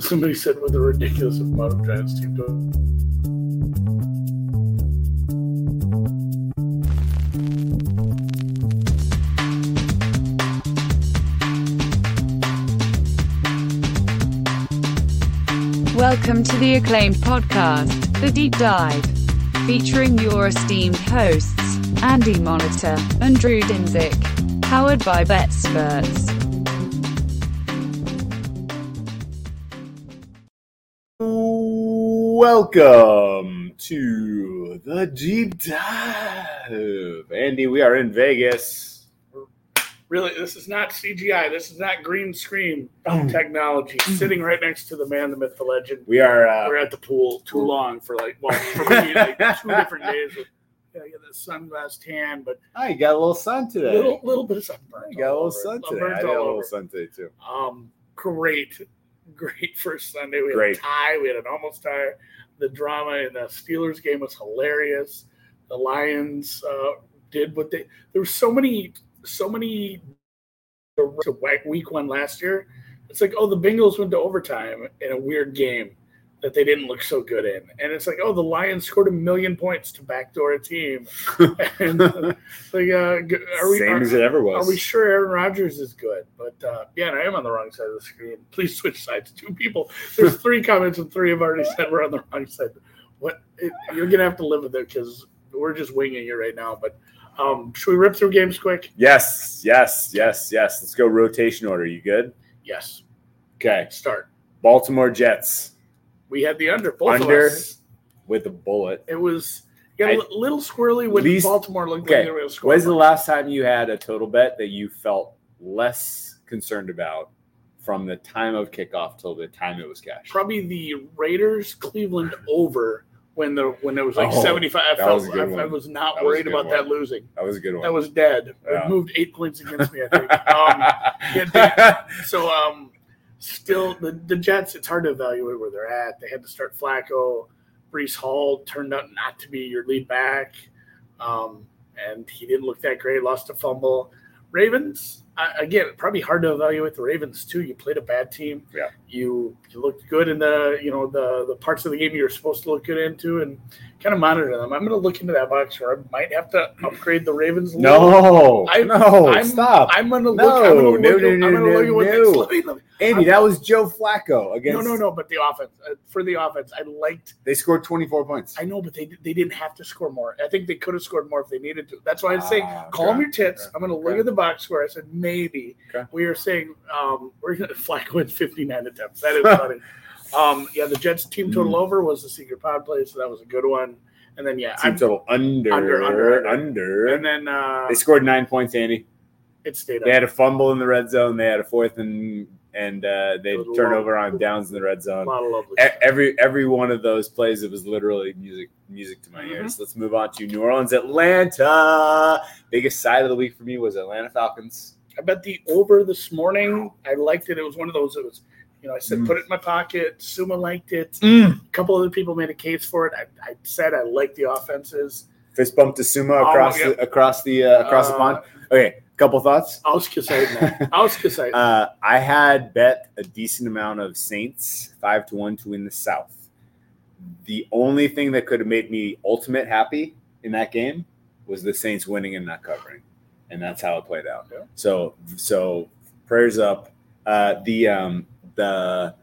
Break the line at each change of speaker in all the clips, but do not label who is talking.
somebody said with a ridiculous amount of Giants team to
Welcome to the acclaimed podcast, The Deep Dive, featuring your esteemed hosts, Andy Monitor and Drew Dinzik, powered by BetSperts.
Welcome to the deep dive. Andy, we are in Vegas.
really this is not CGI, this is not green screen technology. Sitting right next to the man, the myth, the legend.
We are
We're
uh,
at the pool too long for like well for me like two different days of gotta get this sunglass tan, but
I got a little sun today.
little little bit of sunburn.
I got a
all
little
over.
sun today.
Sunburn's
I got
all
a little
over.
sun today too.
Um, great, great first Sunday. We had
Great.
a tie. We had an almost tie. The drama in the Steelers game was hilarious. The Lions uh, did what they. There were so many, so many. The whack week one last year, it's like oh the Bengals went to overtime in a weird game that they didn't look so good in, and it's like oh the Lions scored a million points to backdoor a team. and, uh, like, uh, g- are we
Same
are-
as it ever
are
was.
we sure Aaron Rodgers is good? But uh, yeah, I am on the wrong side of the screen. Please switch sides. Two people. There's three comments, and three have already said we're on the wrong side. What it, you're gonna have to live with it because we're just winging it right now. But um, should we rip through games quick?
yes, yes, yes, yes. Let's go rotation order. You good?
Yes.
Okay.
Start.
Baltimore Jets
We had the under. Both
Under.
Of us.
with a bullet.
It was got a li- little squirrely when
Least-
Baltimore looked
okay.
like they were gonna score.
When's the last time you had a total bet that you felt less concerned about from the time of kickoff till the time it was cashed?
probably the Raiders Cleveland over when the when it was like
Oh,
75. I
that
felt
was a good
I, I
one.
was not
That was a
worried
good
about
one.
that losing.
That was a good one.
That was dead.
Yeah.
It moved eight points against me, I think. um, yeah, so, um, still, the, the Jets, it's hard to evaluate where they're at. They had to start Flacco. Brees Hall turned out not to be your lead back, um, and he didn't look that great, lost a fumble. Ravens, I, again, probably hard to evaluate the Ravens, too. You played a bad team.
Yeah.
You, you looked good in the, you know, the, the parts of the game you were supposed to look good into and kind of monitor them. I'm going to look into that box where I might have to upgrade the Ravens a little.
no,
I-
no,
I'm-
Oh, stop,
I'm gonna look.
No,
I'm gonna look,
no, no,
I'm
no,
gonna look
no,
at what they-
no.
let me- let me-
Andy. That was Joe Flacco
No,
against.
no, no. But the offense uh, for the offense, I liked.
They scored twenty four points.
I know, but they they didn't have to score more. I think they could have scored more if they needed to. That's why I'm saying,
Ah,
calm
okay,
your tits.
okay,
I'm gonna look
okay.
at the box score. I said maybe
Okay.
we are saying um, we're gonna Flacco in 59 attempts. That is funny. um, yeah, the Jets
Hmm.
team total over was the secret pod play, so that was a good one. And then yeah,
Team
I'm-
total under,
Under,
under,
under,
under.
and then uh,
they scored nine points, Andy.
it stayed
They
up.
had a fumble in the red zone. They had a fourth and and uh, they
Little
turned
long-
over on downs in the red
A
zone.
lot of lovely.
E- Every every one of those plays, it was literally music music to my
Mhm.
ears. Let's move on to New Orleans, Atlanta. Biggest side of the week for me was Atlanta Falcons.
I bet the over this morning. I liked it. It was one of those. It was, you know, I said
Mm.
put it in my pocket. Suma liked it. A couple other people made a case for it. I, I said I liked the offenses.
Fist bump to Suma across
yeah.
the, across the uh, across the
Uh,
pond. Okay, couple thoughts.
Auskasite, Auskasite.
Uh, I had bet a decent amount of Saints five to one to win the South. The only thing that could have made me ultimate happy in that game was the Saints winning and not covering, and that's how it played out.
Yeah.
So so prayers up. Uh, the um, the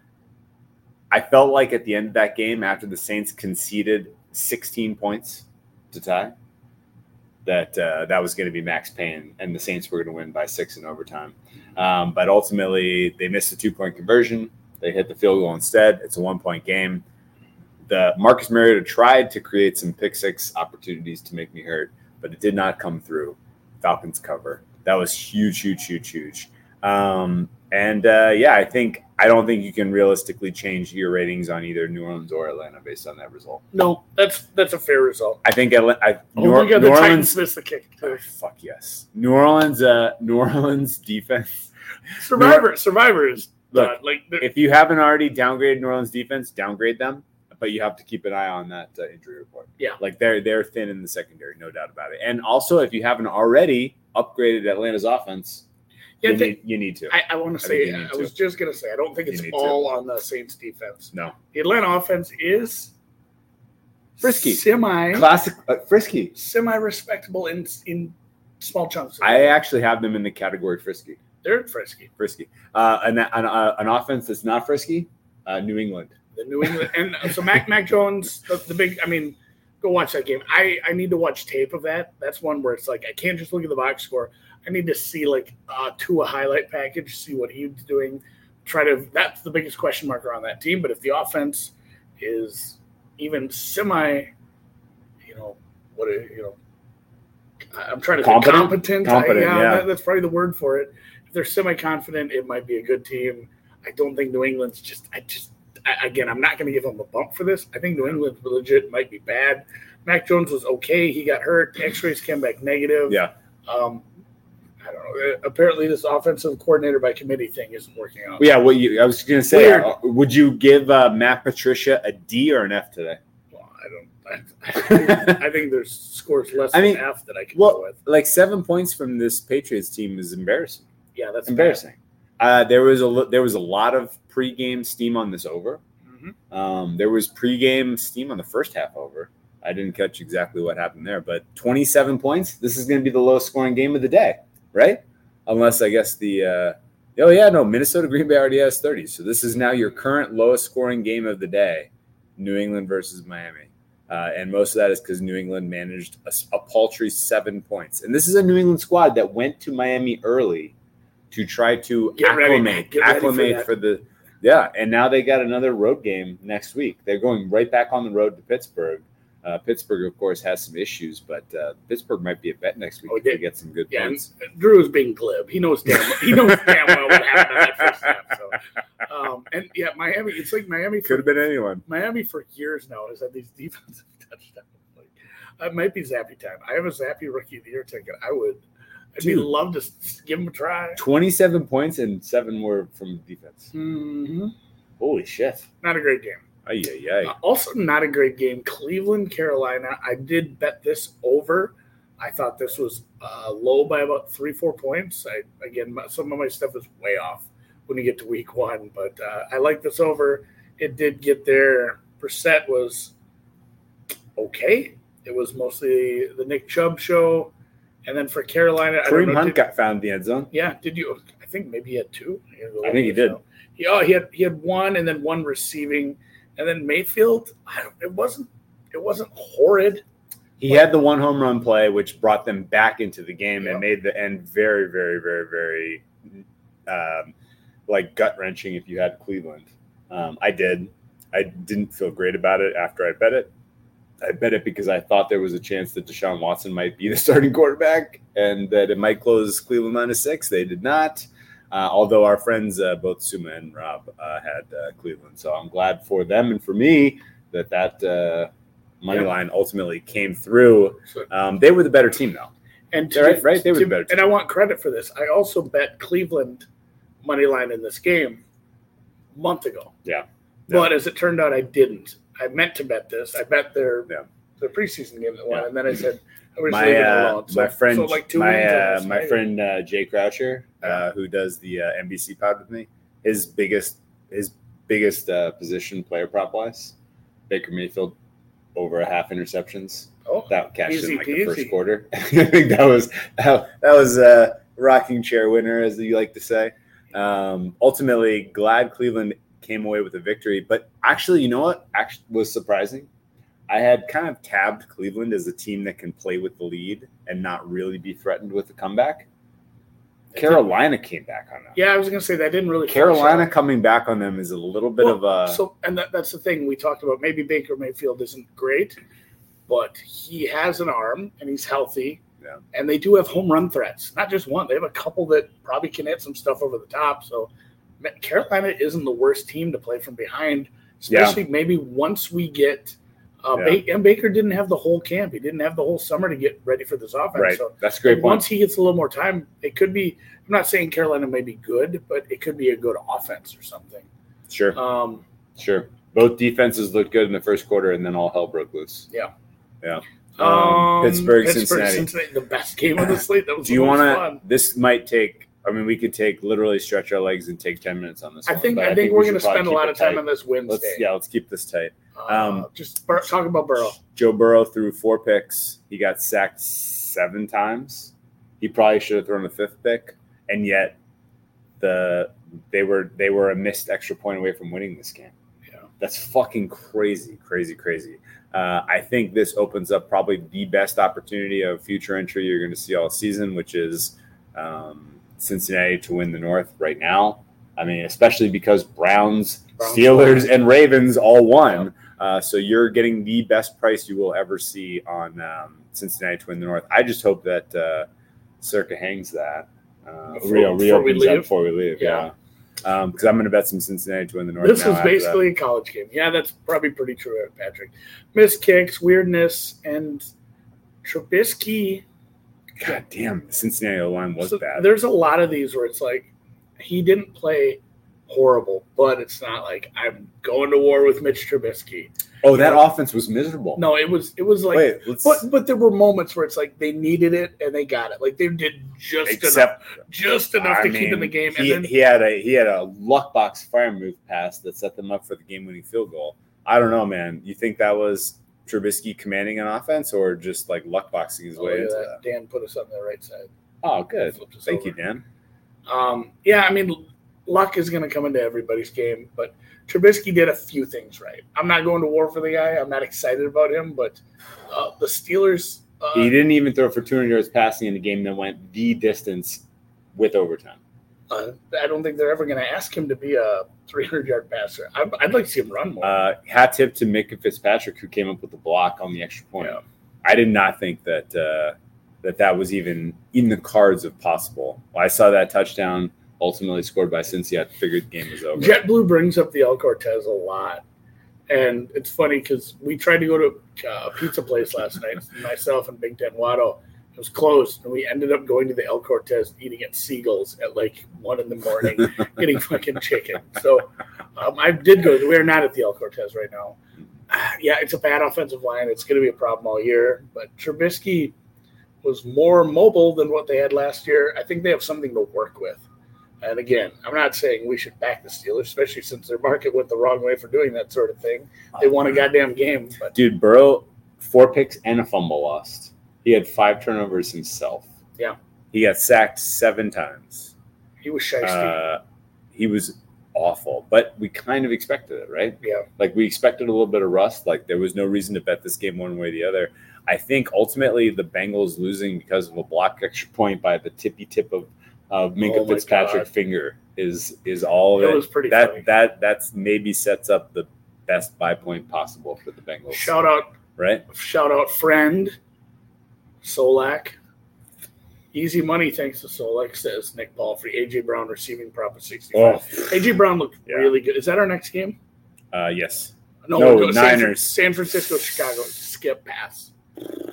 I felt like at the end of that game after the Saints conceded 16 points to tie that uh, that was going to be Max Payne and the Saints were going to win by six in overtime. Um, but ultimately, they missed the two point conversion. They hit the field goal instead. It's a one point game. The Marcus Mariota tried to create some pick six opportunities to make me hurt, but it did not come through. Falcons cover. That was huge, huge, huge, huge. Um, and uh, yeah, I think I don't think you can realistically change your ratings on either New Orleans or Atlanta based on that result.
no, that's that's a fair result.
I think Atla- I,
Only
New, Or-
got the
New Orleans
Titans missed the kick.
Oh, fuck yes. New Orleans, uh, New Orleans defense.
Survivor, Survivor is
Look,
done. like they're-
if you haven't already downgraded New Orleans defense, downgrade them. But you have to keep an eye on that uh, injury report.
Yeah.
like they're they're thin in the secondary, no doubt about it. And also, if you haven't already upgraded Atlanta's offense,
Yeah,
you,
they-
need, you need to.
I, I want to
think
say,
you
I,
need
was just going to say, I don't think
You
it's
need to.
all on the Saints defense.
no.
The Atlanta offense is
Frisky.
semi,
Classic uh, Frisky.
semi respectable in in small chunks.
I actually have them in the category Frisky.
They're frisky.
Frisky. Uh, an, an, uh, an offense that's not Frisky, uh, New England.
The New England and so Mac Mac Jones, the, the big. I mean, go watch that game. I I need to watch tape of that. That's one where it's like I can't just look at the box score. I need to see like uh, to a highlight package, see what he's doing. Try to. That's the biggest question mark around that team. But if the offense is even semi, you know what it- you know. I- I'm trying to
Competent?
think competent. I-
Competent, yeah.
that- that's probably the word for it. If they're semi-confident, it might be a good team. I don't think New England's just. I just I- again, I'm not going to give them a bump for this. I think New England legit might be bad. Mac Jones was okay. He got hurt. X-rays came back negative.
Yeah.
Um, I don't know. Uh, Apparently, this offensive coordinator by committee thing isn't working out.
Yeah, what you I was gonna say.
Weird.
uh, would you give uh, Matt Patricia a D or an F today?
Well, I don't. I, I think there's scores less
I
than
mean,
half that I can
well-
go with.
Like seven points from this Patriots team is embarrassing.
Yeah, that's
It's embarrassing. Uh, there was a lo- there was a lot of pregame steam on this over.
bad.
Um, there was pregame steam on the first half over. I didn't catch exactly what happened there, but 27 points. This is going to be the lowest scoring game of the day, right? Unless I guess the uh, oh yeah no Minnesota Green Bay already has 30, so this is now your current lowest scoring game of the day, New England versus Miami, uh, and most of that is because New England managed a, s- a paltry seven points, and this is a New England squad that went to Miami early to try to
Get ready,
acclimate
get ready for
acclimate
that.
for the yeah, and now they got another road game next week. They're going right back on the road to Pittsburgh. Uh, Pittsburgh, of course, has some issues, but uh, Pittsburgh might be a bet next week
Oh,
if they
yeah.
get some good
Yeah,
points.
and Drew is being glib. He knows damn. He knows damn well what happened on that first half. So, um, and yeah, Miami. It's like Miami for-
Could have been anyone.
Miami for years now has had these defensive touchdowns. Like, it might be Zappy time. I have a Zappy rookie of the year ticket. I would. I'd be
Dude.
love to s- give him a try.
Twenty-seven points and seven were from defense.
hmm
Holy shit!
Not a great game.
Ay, ay, ay.
Uh, also, not a great game. Cleveland, Carolina. I did bet this over. I thought this was uh, low by about three, four points. I again, my, some of my stuff is way off when you get to week one, but uh, I like this over. It did get there. Percent was okay. It was mostly the Nick Chubb show, and then for Carolina, I don't
Kareem
know,
Hunt
did-
got found in the end zone.
yeah, did you? I think maybe he had two.
I think he did.
He, oh, he had he had one, and then one receiving, and then Mayfield. I don't, it wasn't it wasn't horrid.
He had the one home run play, which brought them back into the game
Yeah.
and made the end very, very, very, very um, like gut wrenching. If you had Cleveland, um, I did. I didn't feel great about it after I bet it. I bet it because I thought there was a chance that Deshaun Watson might be the starting quarterback and that it might close Cleveland minus six. They did not. Uh, although our friends, uh, both Suma and Rob, uh, had uh, Cleveland, so I'm glad for them and for me that that uh, money
Yeah.
line ultimately came through
So-
um, they were the better team, though.
and
They're right- right, they were
to-
the better team.
And I want credit for this. I also bet Cleveland money line in this game a month ago.
Yeah.
But as it turned out, I didn't. I meant to bet this. I bet their
Yeah.
their preseason game that won,
Yeah.
and then I said I was
My
leaving it
uh,
alone. So,
my friend,
so like two
my
wins on
uh,
this.
my
Hey,
friend uh, Jay Croucher, uh, who does the uh, NBC pod with me, his biggest his biggest uh, position player prop wise, Baker Mayfield over a half interceptions
Oh,
that cashed
Easy
in like the first
peasy.
quarter. I think that was that was a rocking chair winner, as you like to say. Um, ultimately, glad Cleveland came away with a victory. But actually, you know what? Actually, was surprising. I had kind of tabbed Cleveland as a team that can play with the lead and not really be threatened with a comeback. Carolina came back on that.
yeah, I was gonna say that didn't really finish
Carolina
out.
coming back on them is a little bit
Well,
of a
so and that, that's the thing we talked about maybe baker mayfield isn't great but he has an arm and he's healthy
Yeah.
and they do have home run threats not just one they have a couple that probably can hit some stuff over the top so Ma- carolina isn't the worst team to play from behind
Yeah.
especially maybe once we get uh,
Yeah.
Ba- and baker didn't have the whole camp he didn't have the whole summer to get ready for this offense
right.
so
That's a great
like,
point.
once he gets a little more time it could be i'm not saying carolina may be good but it could be a good offense or something
Sure.
um,
Sure. Both defenses looked good in the first quarter, and then all hell broke loose.
Yeah.
Yeah. Um, Pittsburgh, Cincinnati.
the best game on the slate. That was
Do you
want
want to? This might take I mean, we could take literally stretch our legs and take ten minutes on this.
I
one,
think
but
I think we're
we
going to
should probably
spend a
keep
lot
it
of time
tight.
on this Wednesday.
Let's yeah, let's keep this tight.
Uh,
um,
just Bur- talking about Burrow.
Joe Burrow threw four picks. He got sacked seven times. He probably should have thrown a fifth pick, and yet the they were they were a missed extra point away from winning this game.
Yeah.
That's fucking crazy, crazy, crazy. Uh, I think this opens up probably the best opportunity of future entry you're going to see all season, which is um, Cincinnati to win the North right now. I mean, especially because Browns,
Browns
Steelers,
won.
and Ravens all won. Uh, so you're getting the best price you will ever see on um, Cincinnati to win the North. I just hope that uh, Circa hangs that. Uh,
Before-
Rio
before we
reopens that
leave?
before we leave.
Yeah.
Yeah. Because I'm going to bet some Cincinnati to win the North.
This
now
was
after that.
basically a college game. Yeah, that's probably pretty true, Patrick. Miss kicks, weirdness, and Trubisky.
God damn, the Cincinnati line was
So
bad.
There's a lot of these where it's like he didn't play horrible, but it's not like I'm going to war with Mitch Trubisky.
Oh, that offense was miserable.
No, it was it was like
wait, let's,
but but there were moments where it's like they needed it and they got it. Like they did just enough
except
just enough
I
to keep in
mean,
the game
He,
and then
he had a he had a luck box fire move pass that set them up for the game winning field goal. I don't know, man. You think that was Trubisky commanding an offense or just like luck boxing his
Oh, look
way
at
into
that.
that?
Dan put us on the right side.
Oh, good.
Flipped us
Thank
over.
you, Dan.
Um, yeah, I mean, luck is going to come into everybody's game, but Trubisky did a few things right. I'm not going to war for the guy. I'm not excited about him, but uh, the Steelers. Uh,
He didn't even throw for 200 yards passing in a game that went the distance with overtime.
uh, I don't think they're ever going to ask him to be a 300 yard passer. I, I'd like to see him run more.
Uh, hat tip to Mick Fitzpatrick who came up with the block on the extra point.
Yeah.
I did not think that uh, that that was even in the cards of possible. When I saw that touchdown ultimately scored by Cincy. I figured the game was over.
JetBlue brings up the El Cortez a lot. And it's funny because we tried to go to uh, a pizza place last night, myself and Big Ten Watto. It was closed, and we ended up going to the El Cortez, eating at Seagulls at like one in the morning, getting fucking chicken. So um, I did go. We're not at the El Cortez right now. Ah, Yeah, it's a bad offensive line. It's going to be a problem all year. But Trubisky was more mobile than what they had last year. I think they have something to work with. And again, I'm not saying we should back the Steelers, especially since their market went the wrong way for doing that sort of thing. They won a goddamn game, but
Dude, Burrow four picks and a fumble lost. He had five turnovers himself.
Yeah.
he got sacked seven times.
he was shiesty.
Uh, he was awful, but we kind of expected it, right?
yeah,
Like we expected a little bit of rust. Like there was no reason to bet this game one way or the other. I think ultimately the Bengals losing because of a block extra point by the tippy tip of uh, Minka
Oh my
Fitzpatrick
God.
finger is is all of
it
it.
was pretty
that
funny.
that that's maybe sets up the best buy point possible for the Bengals,
Shout out,
right?
shout out, friend Solak. Easy money, thanks to Solak, says Nick Paul for AJ Brown receiving prop at 65.
Oh,
AJ Brown looked
Yeah.
really good. Is that our next game?
uh, yes.
we're
No,
doing San-
Niners.
San, Francisco, Chicago. Skip pass.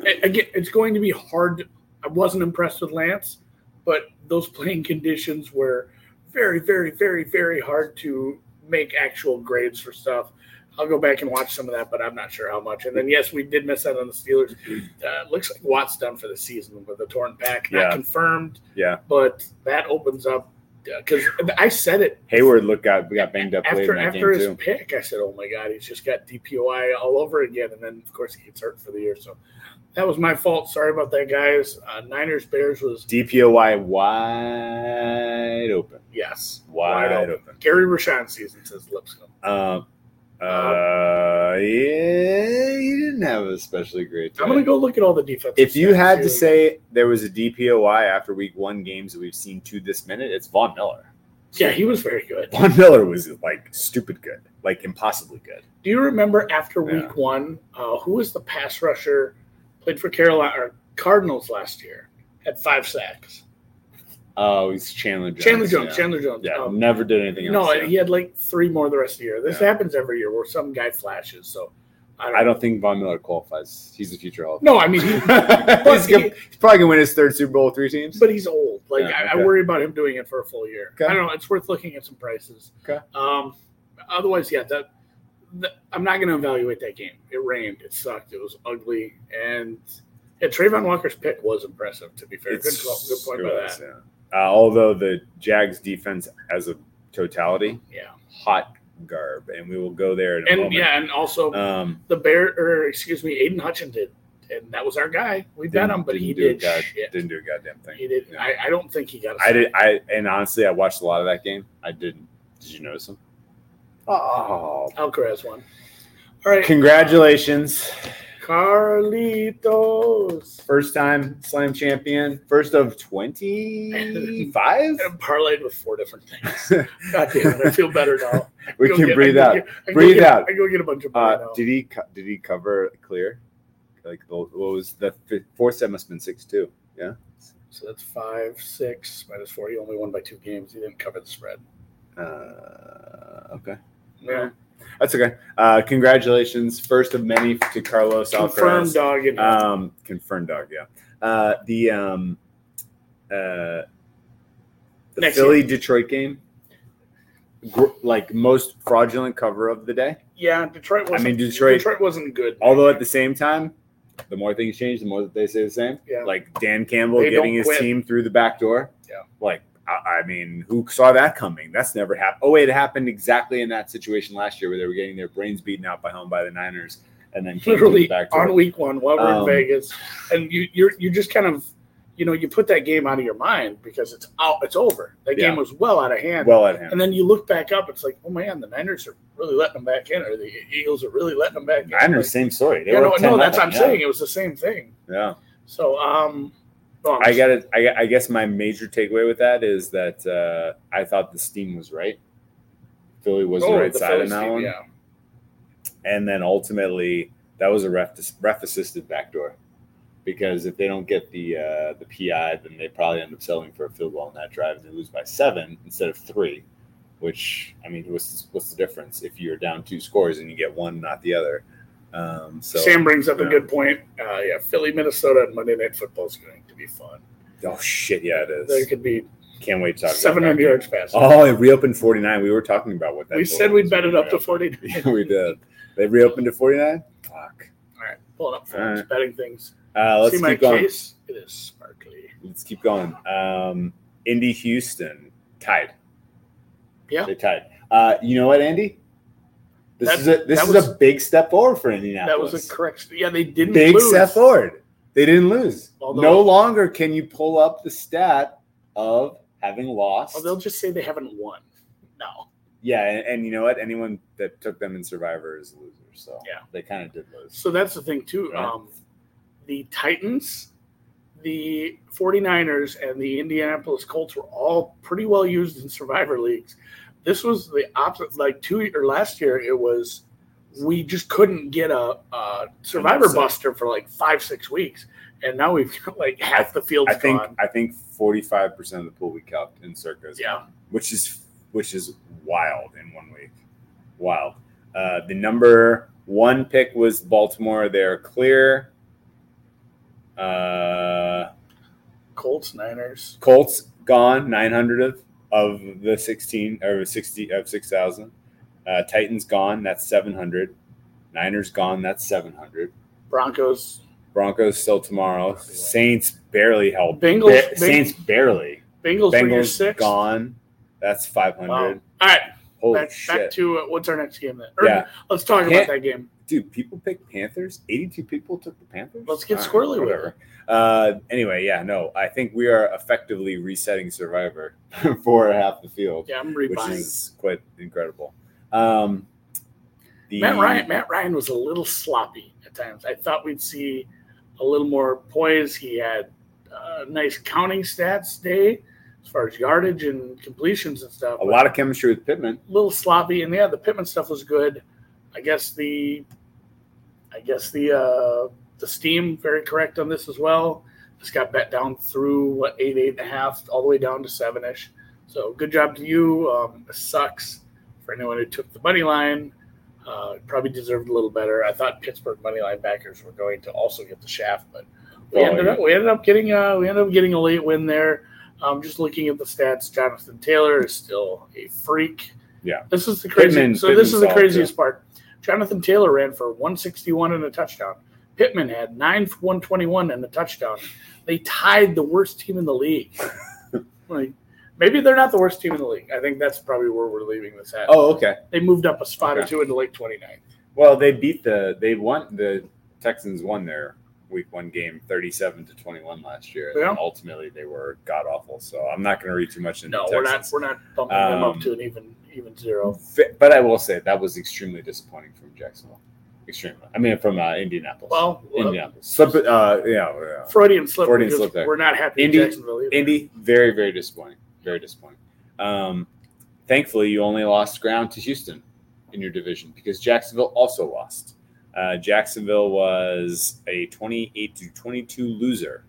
A- Again, it's going to be hard. to- I wasn't impressed with Lance, but those playing conditions were very, very, very, very hard to make actual grades for stuff. I'll go back and watch some of that, but I'm not sure how much. And then, yes, we did miss out on the Steelers. Uh, looks like Watt's done for the season with a torn back. Not
Yeah.
confirmed,
Yeah.
but that opens up because I said it
Hayward looked got got banged up late in
after
that
after
game
his
too.
pick, I said, "Oh my God, he's just got DPOI all over again." And then, of course, he gets hurt for the year. So that was my fault. Sorry about that, guys. Uh, Niners Bears was
DPOY wide open.
yes,
Wide, open.
Gary Rashawn season says Lipscomb.
Um, uh, yeah, you didn't have a especially great time.
I'm gonna go look at all the defense.
If you had to say there was a DPOY after week one games that we've seen to this minute, it's Von Miller.
yeah, he was very good.
Von Miller was like stupid good, like impossibly good.
Do you remember after week
Yeah.
one, uh, who was the pass rusher played for Carolina or Cardinals last year? Had five sacks.
Oh, he's Chandler Jones.
Chandler Jones.
Yeah,
Chandler Jones.
Yeah,
Um,
never did anything else.
No,
yeah.
he had like three more the rest of the year. This
Yeah.
happens every year where some guy flashes. So I don't.
I don't think Von Miller qualifies. He's the future Hall. of
No, I mean, he,
Famer. he's, gonna- he's probably gonna win his third Super Bowl with three teams.
but he's old. Like
Yeah,
I, I
okay.
worry about him doing it for a full year.
Okay.
I don't know. It's worth looking at some prices.
Okay.
Um, otherwise, yeah, that. that- I'm not going to evaluate that game. It rained. It sucked. It was ugly. And yeah, Trayvon Walker's pick was impressive. To be fair, good, call, good point
it
by
was,
that.
yeah. Uh, although the Jags defense as a totality,
Yeah.
hot garb, and we will go there in a
And
moment.
yeah, and also
Um,
the bear, or excuse me, Aiden Hutchinson, and that was our guy. We bet
didn't-
him, but he
didn't do a
did
god-
shit.
Didn't do a goddamn thing.
He did.
Yeah.
I, I don't think he got. a
I did. I and honestly, I watched a lot of that game. I didn't. Did you notice him? Oh,
Alcaraz one. All right,
congratulations!
Carlitos.
First time slam champion. First of twenty-five.
I parlayed with four different things. God damn it! I feel better now.
we
Go
can
get-
breathe
I go
out.
get- I go
Breathe
get-
out.
I go get a bunch of.
Uh,
Breathe out.
did he? co- Did he cover clear? Like the- what was the fi- fourth set? Must have been six-two. Yeah.
So that's five, six minus four. He only won by two games. He didn't cover the spread.
Uh, okay.
No,
That's okay. Uh, congratulations, first of many to Carlos Alcaraz.
confirmed dog. In
um confirmed dog yeah uh the um uh the
Next
philly detroit game gr- like most fraudulent cover of the day
yeah, Detroit.
i
Wasn't,
mean detroit
wasn't good.
although at the same time the more things change the more that they say the same
Yeah.
like dan campbell
They don't
getting his
quit.
team through the back door
Yeah.
like I, I mean who saw that coming that's never happened oh wait it happened exactly in that situation last year where they were getting their brains beaten out by home by the niners and then came through the
literally
back door.
on week one while we're
Um,
in Vegas, and you you're you just kind of you know you put that game out of your mind because it's out it's over. That
Yeah.
game was well out of hand.
well at him
and then you look back up, it's like, oh man, the Niners are really letting them back in, or the Eagles are really letting them back in.
I understand. Same story.
Like, yeah,
were
no,
up
no,
10
that's what I'm
nothing,
saying. It was the same thing.
Yeah,
So, um, well,
yeah. I got it. I, I guess my major takeaway with that is that uh, I thought the steam was right. Philly was the
oh,
right side
Phillies
on that
team,
one,
Yeah,
and then ultimately that was a ref ref assisted backdoor because if they don't get the uh, the PI, then they probably end up selling for a field goal on that drive, and they lose by seven instead of three. Which I mean, what's what's the difference if you're down two scores and you get one, not the other? Um, so
Sam brings up
yeah.
a good point. Uh, yeah, Philly, Minnesota, and Monday Night Football is going to be fun.
oh shit, yeah, it
There
is.
could be
Can't wait to talk. about that.
700 yards passing.
Oh, it reopened 49. We were talking about what that
we
total
said we'd
was
bet
when
it up to 40.
reopened. Yeah, we did. They reopened to 49? Fuck.
All right, pulling up for
All right.
betting things.
Uh, let's
See my
keep going.
case? It is sparkly.
Let's keep going. Um, Indy Houston tied.
Yeah.
They tied. Uh, you know what, Andy? This
That-
is a this
that
is
was-
a big step forward for
that
Indianapolis.
was a correct. Yeah, they didn't
big
lose.
step forward. They didn't lose.
Although-
no longer can you pull up the stat of having lost.
Oh, they'll just say they haven't won. No.
Yeah, and, and you know what? Anyone that took them in Survivor is a loser. So
Yeah.
they kind of did lose.
So that's the thing, too.
Right.
Um, the Titans, the 49ers, and the Indianapolis Colts were all pretty well used in survivor leagues. This was the opposite. Like two or last year, it was we just couldn't get a, a survivor
upset.
buster for like five, six weeks. And now we've got like half the field's
I think
gone.
I think forty five percent of the pool we cupped in circus.
Yeah.
which is which is wild in one week. Wild. Uh, the number one pick was Baltimore. They're clear. Uh,
Colts, Niners.
Colts gone nine hundred of of the sixteen or sixty of six thousand. Uh, Titans gone. That's seven hundred. Niners gone. That's seven hundred.
Broncos.
Broncos still tomorrow. Saints barely held.
Bengals-
Ba-
Beng-
Oh, Saints barely.
Bengals, were your
Bengals
sixth.
gone. That's five
Wow.
hundred.
All right,
Holy
back,
shit!
back to uh, what's our next game then? Or,
yeah,
Let's talk
Yeah.
about that game.
dude. People picked Panthers. Eighty-two people took the Panthers.
Let's get
All
squirrely with
whatever. Uh, anyway, yeah, no. I think we are effectively resetting Survivor for half the field,
Yeah, I'm
which
rebuying.
is quite incredible. Um, the,
Matt Ryan. Matt Ryan was a little sloppy at times. I thought we'd see a little more poise. He had uh, nice counting stats day as far as yardage and completions and stuff.
A lot of chemistry with Pittman.
a little sloppy, and yeah, the Pittman stuff was good. I guess the, I guess the uh, the steam very correct on this as well. This got bet down through what eight eight and a half all the way down to seven ish. So good job to you. Um, it sucks for anyone who took the money line. Uh, probably deserved a little better. I thought Pittsburgh money line backers were going to also get the shaft, but we
Oh,
ended
yeah.
up we ended up getting uh, we ended up getting a late win there. Um, just looking at the stats, Jonathan Taylor is still a freak.
Yeah.
this is the crazy.
Pittman-
so this
Pittman's
is the
solid,
craziest part. Jonathan Taylor ran for 161 and a touchdown. Pittman had nine for 121 and a touchdown. They tied the worst team in the league. Like, maybe they're not the worst team in the league. I think that's probably where we're leaving this at.
Oh, okay.
They moved up a spot or
Okay.
two into like 29th.
Well, they beat the they won the Texans won their week one game 37 to 21 last year.
Yeah.
And ultimately they were god awful. So I'm not gonna read too much into
No,
the
we're not.
Texans.
We're not bumping them up
Um,
to an even even zero.
F- But I will say that was extremely disappointing from Jacksonville. Extremely. I mean from uh, Indianapolis.
Well,
Indianapolis. Slip uh yeah, yeah.
Freudian slip.
Freudian
because
slip there.
We're not happy
Indy-
with Jacksonville either.
Indy, very, very disappointing. Very disappointing. Um, thankfully, you only lost ground to Houston in your division because Jacksonville also lost. Uh, Jacksonville was a 28 to 22 loser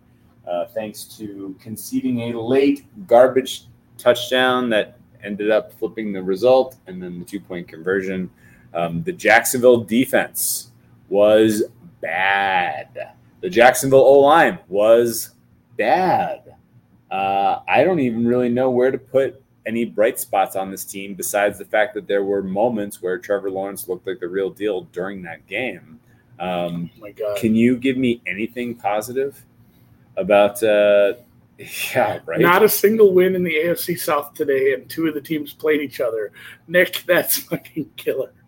uh, thanks to conceding a late garbage touchdown that ended up flipping the result and then the two point conversion. Um, the Jacksonville defense was bad. The Jacksonville O line was bad. Uh, I don't even really know where to put any bright spots on this team besides the fact that there were moments where Trevor Lawrence looked like the real deal during that game. Um,
Oh my God.
can you give me anything positive about? Uh, yeah, right.
Not a single win in the AFC South today, and two of the teams played each other. Nick, that's fucking killer.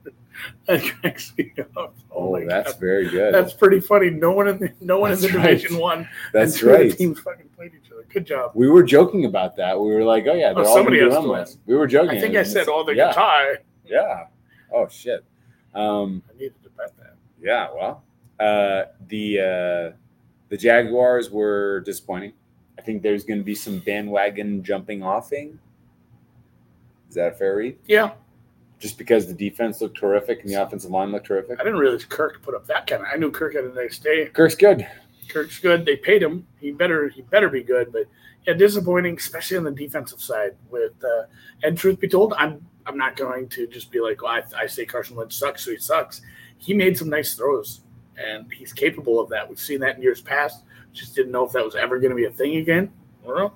That cracks me up.
oh,
my
that's
God.
very good.
that's pretty funny. No one in the no one in
That's
the
right.
division won. and
That's
two Of
right.
the teams fucking played each other. Good job.
We were joking about that. We were like, oh yeah, they're all
somebody
gonna be
has to
run less. We were joking.
I think I
And
said
it's-
all the
yeah,
guitar.
Yeah. Oh shit. Um,
I needed to bet that.
Yeah, well, uh, the uh, the Jaguars were disappointing. I think there's going to be some bandwagon jumping offing. Is that a fair read?
Yeah,
Just because the defense looked terrific and the offensive line looked terrific.
I didn't realize Kirk put up that kind of. I knew Kirk had a nice day.
Kirk's good.
Kirk's good. They paid him. He better he better be good. But yeah, disappointing, especially on the defensive side. With uh, and truth be told, I'm I'm not going to just be like, well, I, I say Carson Wentz sucks, so he sucks. He made some nice throws, and he's capable of that. We've seen that in years past. Just didn't know if that was ever going to be a thing again. I don't know.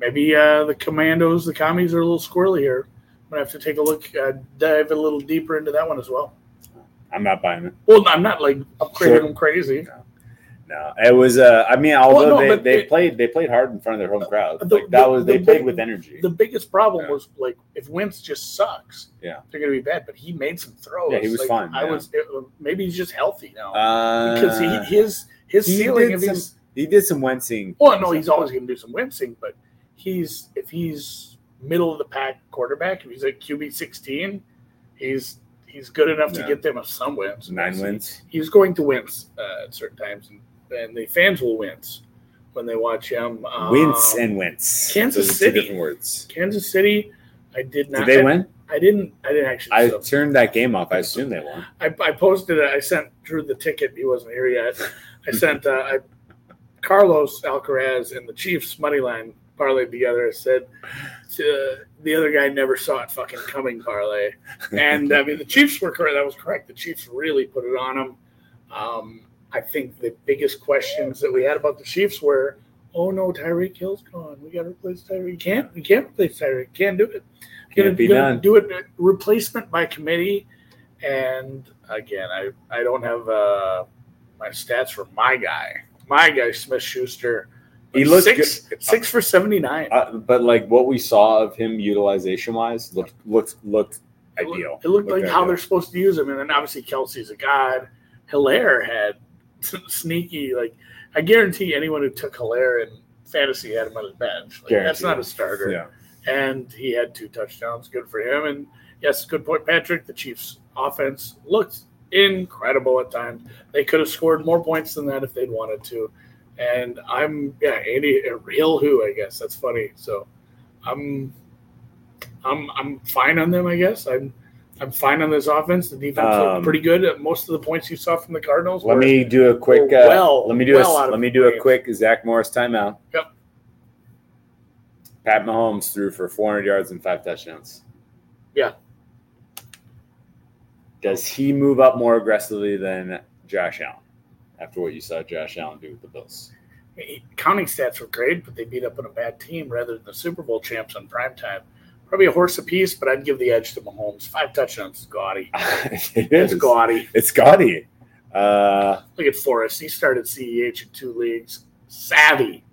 Maybe uh, the commandos, the commies are a little squirrely here. I'm gonna have to take a look, uh, dive a little deeper into that one as well.
I'm not buying it.
Well, I'm not like upgrading
Sure.
them crazy.
No, it was. Uh, I mean, although
no,
they,
but
they
it-
played they played hard in front of their home crowd.
The-
like that
the-
was
the
they played
big-
with energy.
the biggest problem
Yeah.
was like if Wentz just sucks,
Yeah.
they're gonna be bad. But he made some throws.
Yeah, he was
Like,
fine,
I
yeah.
was it- maybe he's just healthy now
uh,
because he, his his
he
ceiling
did
if
some-
he's
he did some wincing.
well no he's always gonna do some wincing, but he's if he's middle of the pack quarterback if he's like QB sixteen, he's he's good enough to
Yeah.
get them some wins.
nine wins.
He's going to wince uh, at certain times, and, and the fans will wince when they watch him. Um,
Wince and wince.
Kansas
Those are two
City.
different words.
Kansas City. I did not.
Did they
I-
win?
I didn't. I didn't actually.
I
so-
turned that game off. I assume they won.
I, I posted it. I sent Drew the ticket. He wasn't here yet. I sent uh, I, Carlos Alcaraz and the Chiefs money line parlayed together. I said to, the other guy never saw it fucking coming parlay. And I mean the Chiefs were correct. That was correct. The Chiefs really put it on them. Um, I think the biggest questions that we had about the Chiefs were, oh no, Tyreek Hill's gone. We got to replace Tyreek. You can't. You can't replace Tyreek. Can't do it.
Can't be done.
Do it uh, replacement by committee. And again, I, I don't have uh, my stats for my guy. My guy, Smith Schuster.
He looked
six, six for 79.
Uh, but like what we saw of him utilization wise looked looked looked
It looked-
Uh, ideal.
It looked like how
ideal.
they're supposed to use him. And then obviously Kelsey's a god. Hilaire had sneaky, like, I guarantee anyone who took Hilaire in fantasy had him on his bench. Like, that's
Guaranteed.
not a starter.
Yeah.
and he had two touchdowns. Good for him. And yes, good point, Patrick. The Chiefs' offense looked incredible at times. They could have scored more points than that if they'd wanted to. And I'm yeah, Andy a real who I guess that's funny. So I'm I'm I'm fine on them. I guess I'm I'm fine on this offense. The defense
Um,
looked pretty good. Most of the points you saw from the Cardinals.
Let
were,
me do a quick. Uh,
well-
let me do
well out
a
of
let
the
me do a
frame.
quick Zach Morris timeout.
Yep.
Pat Mahomes threw for 400 yards and five touchdowns.
Yeah.
Does he move up more aggressively than Josh Allen? After what you saw Josh Allen do with the Bills,
counting stats were great, but they beat up on a bad team rather than the Super Bowl champs on prime time. Probably a horse apiece, but I'd give the edge to Mahomes. Five touchdowns is gaudy.
it
It's
is.
gaudy.
It's gaudy. Uh,
Look at Forrest. He started E CEH in two leagues. Savvy,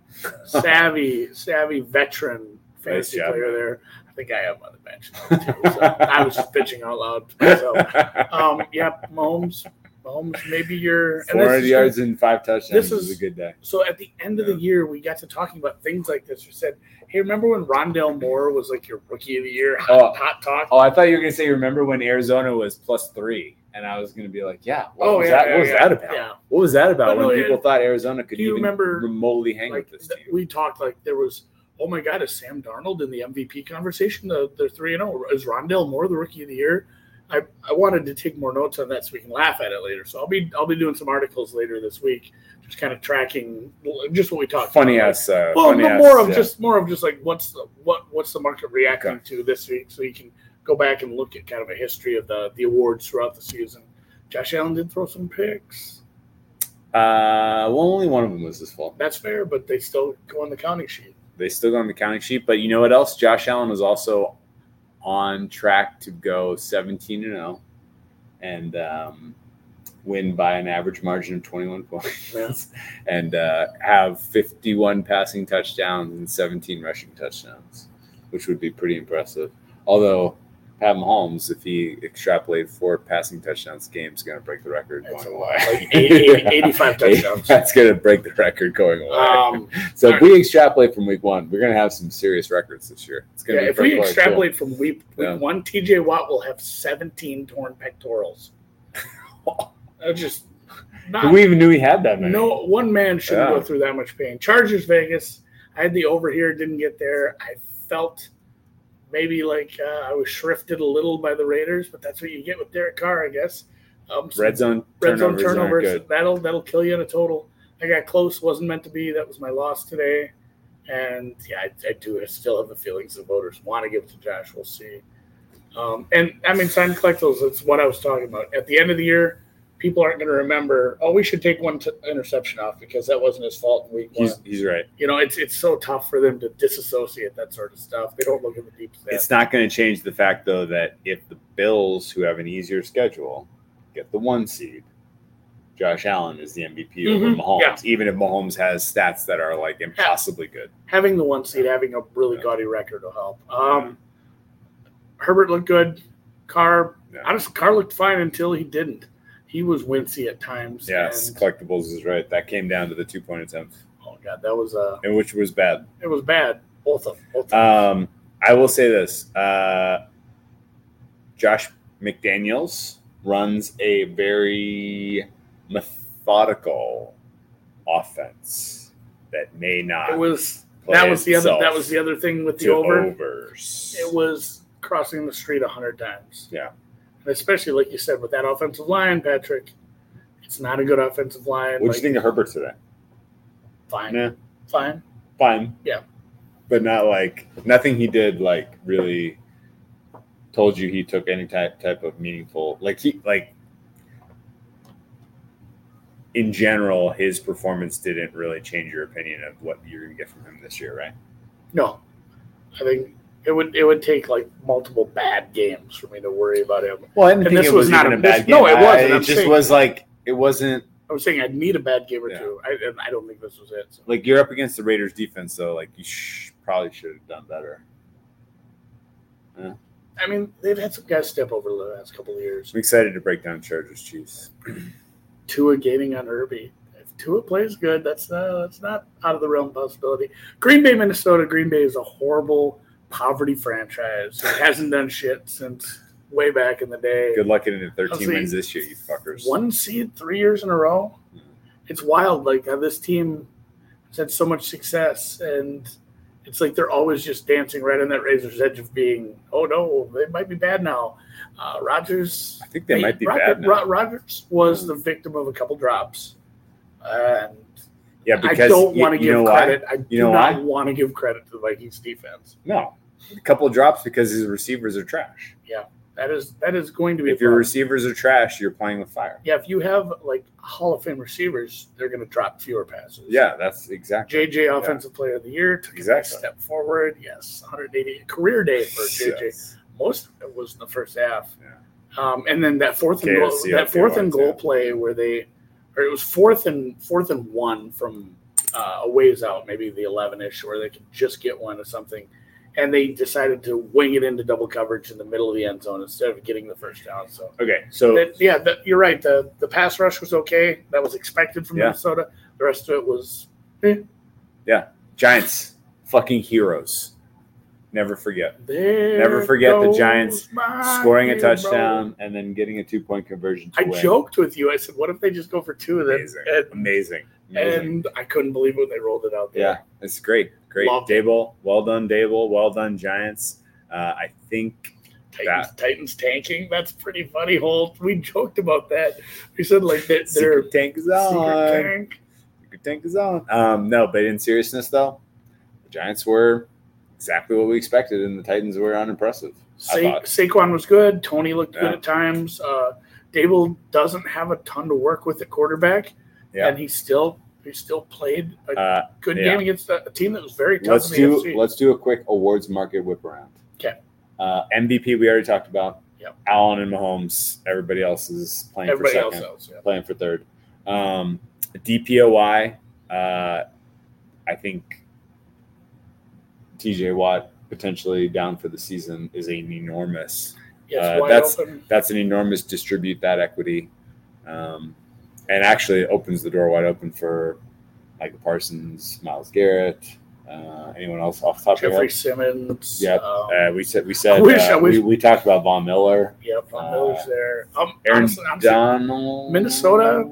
savvy, savvy veteran fantasy
job,
player
man.
there. I think I have him on the bench. Too, so I
Uh,
was just bitching out loud to myself. Um, yeah, Mahomes. Mahomes, maybe you're. and this
400
is-
yards and five touchdowns
this
this
is-
is, a good day.
So at the end of the year, we got to talking about things like this. You said, "Hey, remember when Rondell Moore was like your rookie of the year hot,
Oh.
hot talk?"
Oh, I thought you were gonna say remember when Arizona was plus three, and I was gonna be like, yeah, what
Oh,
was
yeah,
that?
yeah,
what was
yeah.
that about?
Yeah.
What was that about
But no,
when
yeah.
people thought Arizona could
Do you
even
remember,
remotely hang
Like
with this
th-
team?
we talked, like there was, "Oh my God, is Sam Darnold in the MVP conversation?" The they're three and zero. Is Rondell Moore the rookie of the year? I, I wanted to take more notes on that so we can laugh at it later. So I'll be I'll be doing some articles later this week, just kind of tracking just what we talked.
funny
about.
ass. Uh,
Well,
funny
no,
ass,
more of
yeah.
just more of just like what's the what what's the market reacting to this week, so you can go back and look at kind of a history of the the awards throughout the season. Josh Allen did throw some picks.
Uh, well, only one of them was this fall.
That's fair, but they still go on the counting sheet.
They still go on the counting sheet, but you know what else? Josh Allen was also on track to go seventeen and zero, and um, win by an average margin of twenty one points,
Yeah.
and uh, have fifty one passing touchdowns and seventeen rushing touchdowns, which would be pretty impressive. Although. Pat Mahomes, if he extrapolated four passing touchdowns, a game, is going to break the record.
That's a
going
lot.
away.
Like 80, 85 touchdowns.
That's going to break the record going away.
Um,
So
All
if we extrapolate from week one, we're gonna have some serious records this year. It's
yeah,
gonna be
if we
pretty
extrapolate from week, week
Yeah.
one, TJ Watt will have 17 torn pectorals. That's just
cool.
not
we even knew he had that many.
No, one man shouldn't
Yeah.
go through that much pain. Chargers Vegas. I had the over here, didn't get there. I felt maybe like uh, I was shrifted a little by the Raiders, but that's what you get with Derek Carr, I guess. Um, so
red zone
red zone
turnovers, aren't
turnovers.
good.
That'll that'll kill you in a total. I got close, wasn't meant to be. That was my loss today. And yeah, I, I do still have the feelings the voters want to give it to Josh. We'll see. Um, and I mean, sign collectibles. It's what I was talking about. At the end of the year, people aren't going to remember. Oh, we should take one t- interception off because that wasn't his fault in week one.
He's, he's right.
You know, it's it's so tough for them to disassociate that sort of stuff. They don't look at the deep stats.
It's not gonna change the fact though that if the Bills, who have an easier schedule, get the one seed, Josh Allen is the MVP over
Mhm,
Mahomes,
yeah.
even if Mahomes has stats that are like impossibly good.
Having the one seed, having a really
Yeah.
gaudy record will help. Um, Herbert looked good. Carr
Yeah.
Honestly, Carr looked fine until he didn't. He was wincy at times.
Yes,
and-
collectibles is right. That came down to the two point attempt,
oh god, that was uh,
and which was bad.
it was bad. Both of them. Both of them.
Um, I will say this: uh, Josh McDaniels runs a very methodical offense that may
it
not
was
play
that was the other
Uh, itself
that was the other thing with the
to
over.
overs.
It was crossing the street a hundred times.
Yeah.
and especially like you said with that offensive line, Patrick. It's not a good offensive line.
what do
like,
you think of Herbert today?
Fine,
Nah,
fine.
fine.
Yeah.
but not like nothing he did like really told you he took any type type of meaningful like he like in general his performance didn't really change your opinion of what you're gonna get from him this year right
No, I think it would it would take like multiple bad games for me to worry about him.
well i didn't
And think this it was was not even a- a bad this- no, game. it wasn't. I- it I'm just saying-
was like it wasn't
I was saying I'd need a bad game or
Yeah.
two. I, and I don't think this was it. So.
like you're up against the raiders defense though like you sh- probably should have done better
I mean, they've had some guys step over the last couple of years.
i'm excited to break down chargers chiefs
Tua gaining on Irby. If Tua plays good, that's uh, that's not out of the realm of possibility. Green Bay, Minnesota. Green Bay is a horrible poverty franchise. It hasn't done shit since way back in the day.
good luck getting to 13
Honestly,
wins this year you fuckers
One seed three years in a row. It's wild. Like how this team has had so much success, and it's like they're always just dancing right on that razor's edge of being. Oh no, they might be bad now. Uh, Rogers.
i think they
Hey,
might be
Rod-
bad now.
Rod- Rodgers was
Mm.
the victim of a couple drops, and
Yeah, because
I don't
you-
want to
you
give
know why?
credit. I do
know
not
why?
want to give credit to the Vikings defense.
No, a couple of drops because his receivers are trash.
That is that is going to be. a
If your
problem.
receivers are trash, you're playing with fire.
yeah, if you have like Hall of Fame receivers, they're going to drop fewer passes.
Yeah, that's exactly.
JJ Offensive Player of the Year took a nice
Exactly.
step forward. Yes, 180 career day for JJ.
Yes.
Most of it was in the first half.
Yeah.
Um, and then that fourth and goal,
KFC,
that fourth and
KYT.
goal play where they, or it was fourth and fourth and one from uh, a ways out, maybe the eleven ish, where they could just get one or something, and they decided to wing it into double coverage in the middle of the end zone instead of getting the first down. So,
Okay, so
that, yeah, that, you're right. The the pass rush was okay. That was expected from
Yeah.
Minnesota. The rest of it was
Giants, fucking heroes. Never forget.
there.
Never forget the
goes
Giants
my
Scoring a
hero.
touchdown and then getting a two point conversion. To
I
win.
joked with you. I said, "What if they just go for two of them?"
Amazing.
And,
Amazing. Amazing.
and I couldn't believe when they rolled it out there.
Yeah, it's great. Great.
Love it.
Dable, well done, Dable. Well done, Giants. Uh, I think
Titans, Titans tanking. That's pretty funny, Holt. We joked about that. We said like that they're
Secret Tank is on.
secret tank.
Secret Tank is on. Um, no, but in seriousness, though, the Giants were exactly what we expected, and the Titans were unimpressive.
Sa-
thought-
Saquon was good. Tony looked
Yeah.
good at times. Uh, Dable doesn't have a ton to work with at quarterback,
Yeah.
and he still he still played a
Uh,
good
yeah.
game against a, a team that was very tough.
let's
in the
do
AFC.
let's do a quick awards market whip around.
'Kay.
Uh, MVP we already talked about.
Yep.
Allen and Mahomes. Everybody else is playing
Everybody
for
else
second.
else. Yeah.
playing for third. Um, DPOY, uh, I think TJ Watt potentially down for the season is an enormous.
Yes,
Uh,
wide
that's-
open.
That's an enormous distribute that equity, um, and actually it opens the door wide open for Michael Parsons, Miles Garrett, uh, anyone else off the top of your
Jeffrey
head.
Simmons.
Yep.
Um,
Uh, we said we said
I wish,
uh,
I wish-
We, we talked about Von Miller,
yep.
uh,
Von Miller's there. Um,
Aaron
honestly, I'm
Donald,
Minnesota?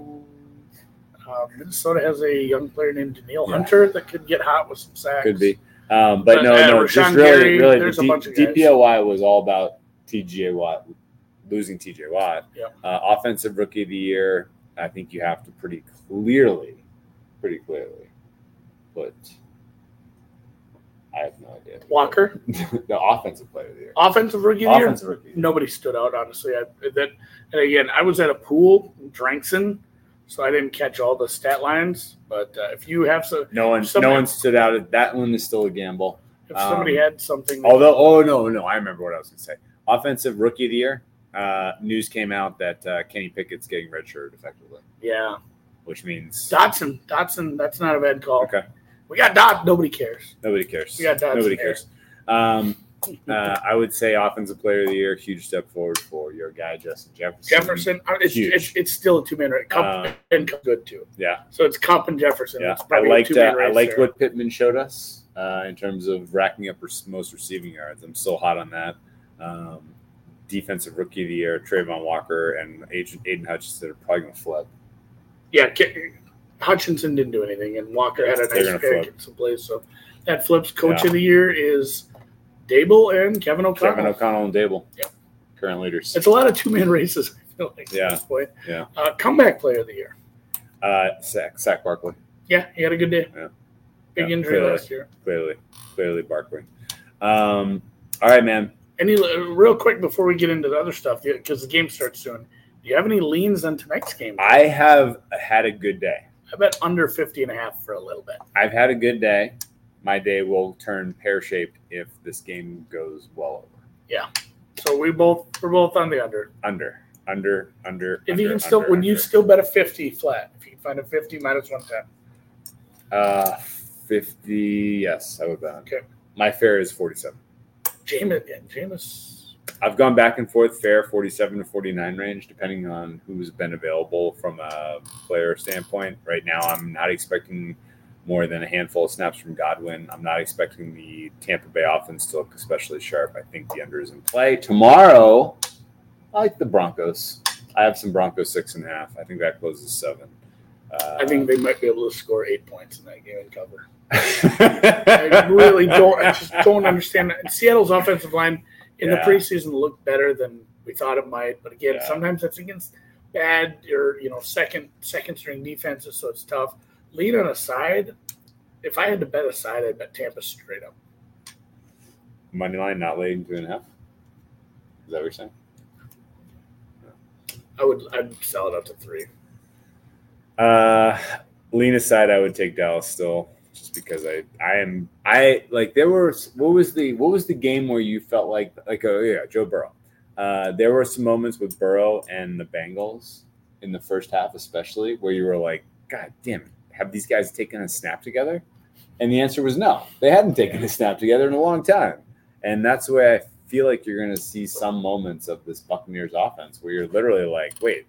Uh, Minnesota has a young player named Daniil
Yeah.
Hunter that could get hot with some sacks.
Could be. Um, but
But,
no,
uh,
no,
Rashawn
just really,
Gary,
really, the
there's a
D-
bunch of guys.
DPOY was all about TJ Watt losing TJ Watt.
Yep.
Uh, offensive rookie of the year, I think you have to pretty clearly, pretty clearly put. I have no idea.
Walker,
the offensive player of the year.
offensive rookie of the year.
Offensive rookie. of the year.
Nobody stood out honestly. I, that and again, I was at a pool, Drankson, so I didn't catch all the stat lines. But uh, if you have so,
No one,
Somebody-
no one stood out. That one is still a gamble.
if somebody
Um,
had something,
Although, oh no, no, I remember what I was going to say. Offensive rookie of the year. Uh, news came out that uh, Kenny Pickett's getting redshirted effectively,
yeah,
which means
Dotson, Dotson, that's not a bad call.
Okay.
We got Dot. Nobody cares.
Nobody cares.
We got Dodson
Nobody
there.
cares. Um, uh, I would say offensive player of the year, huge step forward for your guy Justin Jefferson.
Jefferson, uh, it's,
Huge.
it's, it's still a two man race. Cup
Uh,
and Cup good too.
yeah.
So it's Cup and Jefferson.
Yeah,
It's
I
probably a
liked. Uh,
two-man
I
race
liked
there.
what Pittman showed us uh, in terms of racking up res- most receiving yards. I'm still hot on that. Um, defensive rookie of the year, Trayvon Walker and Aiden, Aiden Hutchinson are probably going to flip.
yeah, Ki- Hutchinson didn't do anything, and Walker had a
They're
nice
gonna
pick
flip.
and some plays. So that flips. Coach of the year is Dable and Kevin O'Connell.
Kevin O'Connell and Dable,
Yeah.
current leaders.
It's a lot of two man races. I feel like
Yeah,
at this point.
yeah.
Uh, comeback player of the year.
Uh, Sack, Sack Barkley.
Yeah, he had a good day.
Yeah.
Big
Yeah,
injury
clearly.
last year.
clearly, clearly Barkley. Um, all right, man.
Any uh, real quick before we get into the other stuff because the game starts soon. Do you have any leans on tonight's game?
I have had a good day.
I bet under 50 and a half for a little bit.
I've had a good day. My day will turn pear shaped if this game goes well over.
So we both we're both on the under.
Under, under, under.
If you
under,
can still,
under,
would you
under.
still bet a 50 flat? If you can find a 50 minus 110.
Uh, 50. Yes, I would bet.
Okay.
My fair is 47.
Jameis, yeah, Jameis.
I've gone back and forth, fair 47 to 49 range, depending on who's been available from a player standpoint. Right now, I'm not expecting more than a handful of snaps from Godwin. I'm not expecting the Tampa Bay offense to look especially sharp. I think the under is in play. Tomorrow, I like the Broncos. I have some Broncos six and a half. I think that closes seven. Uh,
I think they might be able to score eight points in that game and cover. I really don't. I just don't understand. that. And Seattle's offensive line in
Yeah.
the preseason looked better than we thought it might. But again,
Yeah.
sometimes that's against bad or you know second second string defenses, so it's tough. Lead on a side. If I had to bet a side, I'd bet Tampa straight up.
Money line not leading two and a half. Is that what you're saying?
I would. I'd sell it up to three.
Uh, lean aside, I would take Dallas still, just because I I am I like there were what was the what was the game where you felt like like oh yeah Joe Burrow. Uh, there were some moments with Burrow and the Bengals in the first half, especially where you were like, God damn it, have these guys taken a snap together? And the answer was no, they hadn't taken a snap together in a long time. And that's the way I feel like you're going to see some moments of this Buccaneers offense where you're literally like, wait,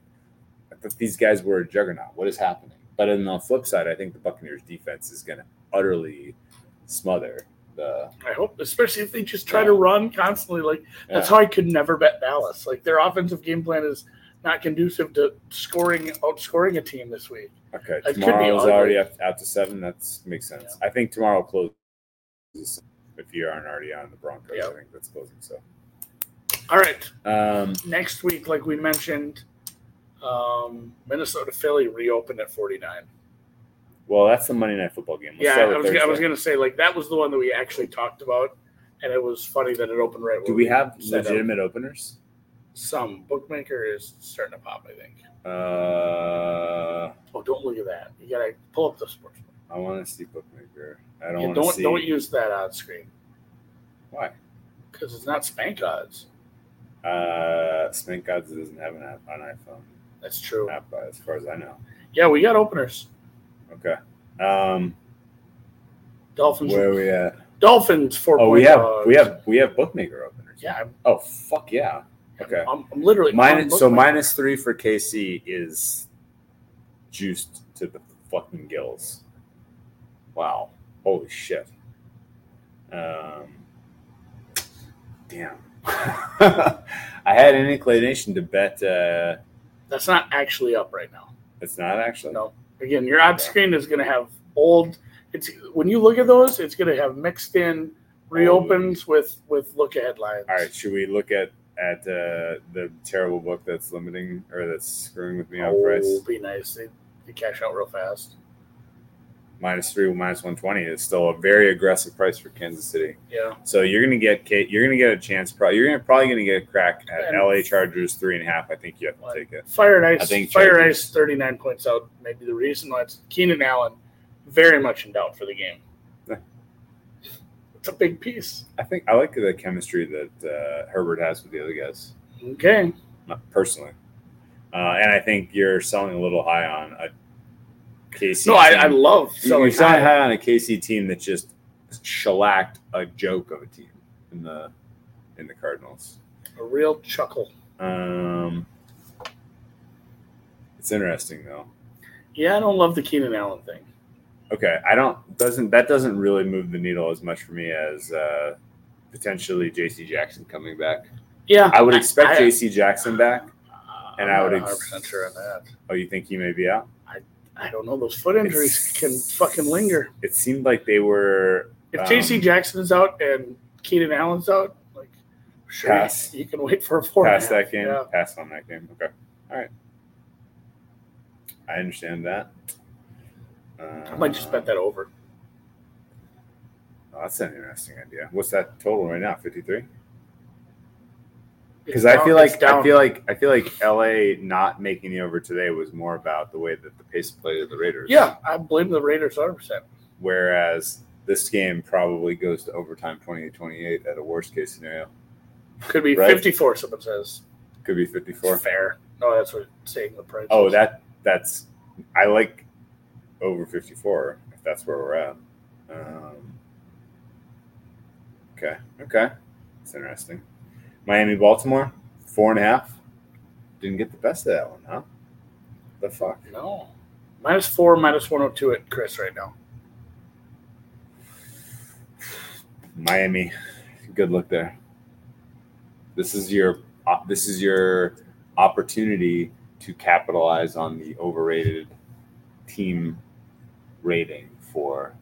I thought these guys were a juggernaut. What is happening? But on the flip side, I think the Buccaneers defense is going to utterly smother the.
I hope, especially if they just try to run constantly. Like that's how I could never bet Dallas. Like their offensive game plan is not conducive to scoring outscoring a team this week.
Okay,
could be
tomorrow's
ugly.
already up, out to seven. That makes sense. I think tomorrow closes if you aren't already on the Broncos.
Yeah.
I think that's closing. So
All right,
um,
next week, like we mentioned, um, Minnesota Philly reopened at forty nine.
Well, that's the Monday Night Football game. Let's
Yeah,
start
I
with
was, I was
Thursday.
gonna say like that was the one that we actually talked about, and it was funny that it opened right.
Do
when
we have
set up.
legitimate openers?
some bookmaker is starting to pop? I think.
Uh,
Oh, don't look at that. You gotta pull up the sports. book.
I want to see bookmaker. I
Yeah,
don't want to
don't
see
don't use that odd screen
why.
because it's not spank odds.
Uh, Spank Gods doesn't have an app on iPhone
That's true.
app, uh, as far as I know.
Yeah, we got openers.
Okay. Um,
Dolphins.
where are we at?
Dolphins four.
Oh,
point
we have
dogs.
we have we have bookmaker openers.
Yeah, I'm,
Oh fuck yeah. Okay.
I'm, I'm literally on
Minus so
bookmaker.
minus three for KC is juiced to the fucking gills. Wow. Holy shit. Um damn. I had an inclination to bet uh
That's not actually up right now.
it's not actually.
No. Again, your odd screen is gonna have old. It's when you look at those, it's gonna have mixed in reopens with with look ahead lines.
All right, should we look at at uh, the terrible book that's limiting or that's screwing with me on price?
Oh, be nice. They, they cash out real fast.
Minus three, minus one twenty is still a very aggressive price for Kansas City.
Yeah.
So you're gonna get Kate. You're gonna get a chance. Pro- you're gonna probably gonna get a crack at
And-
LA Chargers three and a half. I think you have to
What?
take it.
Fire and
I
ice.
think
Fire and
Chargers.
ice. Thirty nine points out. Maybe the reason why it's Keenan Allen, very much in doubt for the game.
Yeah.
It's a big piece.
I think I like the chemistry that uh, Herbert has with the other guys,
Okay.
not personally. Uh, and I think you're selling a little high on a KC.
No, I, I
team.
love
you're
selling.
selling
high.
high on a KC team that just shellacked a joke of a team in the in the Cardinals.
A real chuckle.
Um, it's interesting though.
Yeah, I don't love the Keenan Allen thing.
Okay, I don't doesn't that doesn't really move the needle as much for me as uh, potentially J.C. Jackson coming back.
Yeah,
I would expect
I- uh,
J.C. Jackson back. and
I'm
I would
not
ex-
100% sure on that.
Oh, you think he may be out?
I don't know. Those foot injuries
It's-
can fucking linger.
It seemed like they were
If
Um,
J.C. Jackson is out and Keenan Allen's out, like sure,
Pass.
you can wait for a four. and a
past that
half.
game,
Yeah.
passed on that game. Okay, all right. I understand that.
I might just bet that over.
Oh, that's an interesting idea. What's that total right now? Fifty-three. because I feel like I feel like I feel like LA not making the over today was more about the way that the pace played of the Raiders.
yeah, I blame the Raiders 100. percent
Whereas this game probably goes to overtime 28-28 at a worst case scenario.
Could be
Right.
54. Someone says
Could be 54.
fair. No, that's what it's saying the price.
Oh,
is.
that that's I like over 54 if that's where we're at. Um, okay. Okay. That's interesting. Miami Baltimore, four and a half. Didn't get the best of that one, huh? The fuck?
no minus four, minus 102 at Chris right now.
Miami. Good look there. This is your op- this is your opportunity to capitalize on the overrated team rating for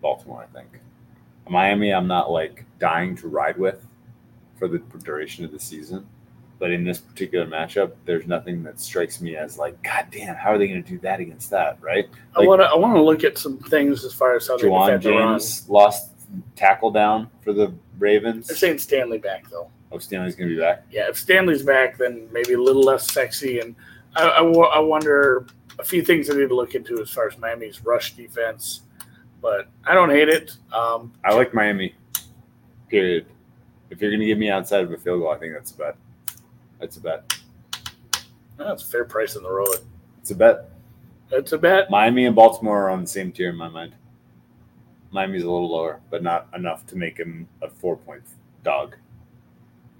Baltimore. I think Miami. I'm not like dying to ride with for the duration of the season, but in this particular matchup, there's nothing that strikes me as like, God damn, how are they going to do that against that? Right?
I
Like-
want to I want to look at some things as far as how they
Juwan
defend the run.
James lost tackle down for the Ravens.
They're saying Stanley back though.
Oh, Stanley's gonna be back.
yeah, if Stanley's back, then maybe a little less sexy. And I, I wo- I wonder a few things I need to look into as far as Miami's rush defense. But I don't hate it. Um,
I like Miami. Period. If you're gonna give me outside of a field goal, I think that's a bet. That's a bet.
that's a fair price on the road.
It's a bet.
It's a bet.
Miami and Baltimore are on the same tier in my mind. Miami's a little lower, but not enough to make him a four point dog.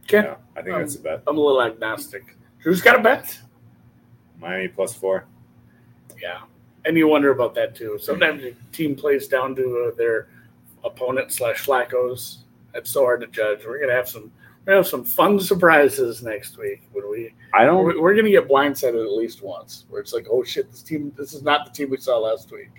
Okay.
Yeah, I think
Um,
that's a bet.
I'm a little agnostic. Drew's got a bet.
Miami plus four.
Yeah. And you wonder about that too. Sometimes your team plays down to uh, their opponent slash flacos. That's so hard to judge. We're gonna have some we're gonna have some fun surprises next week when we
I don't.
we- we're gonna get blindsided at least once where it's like, oh shit, this team this is not the team we saw last week.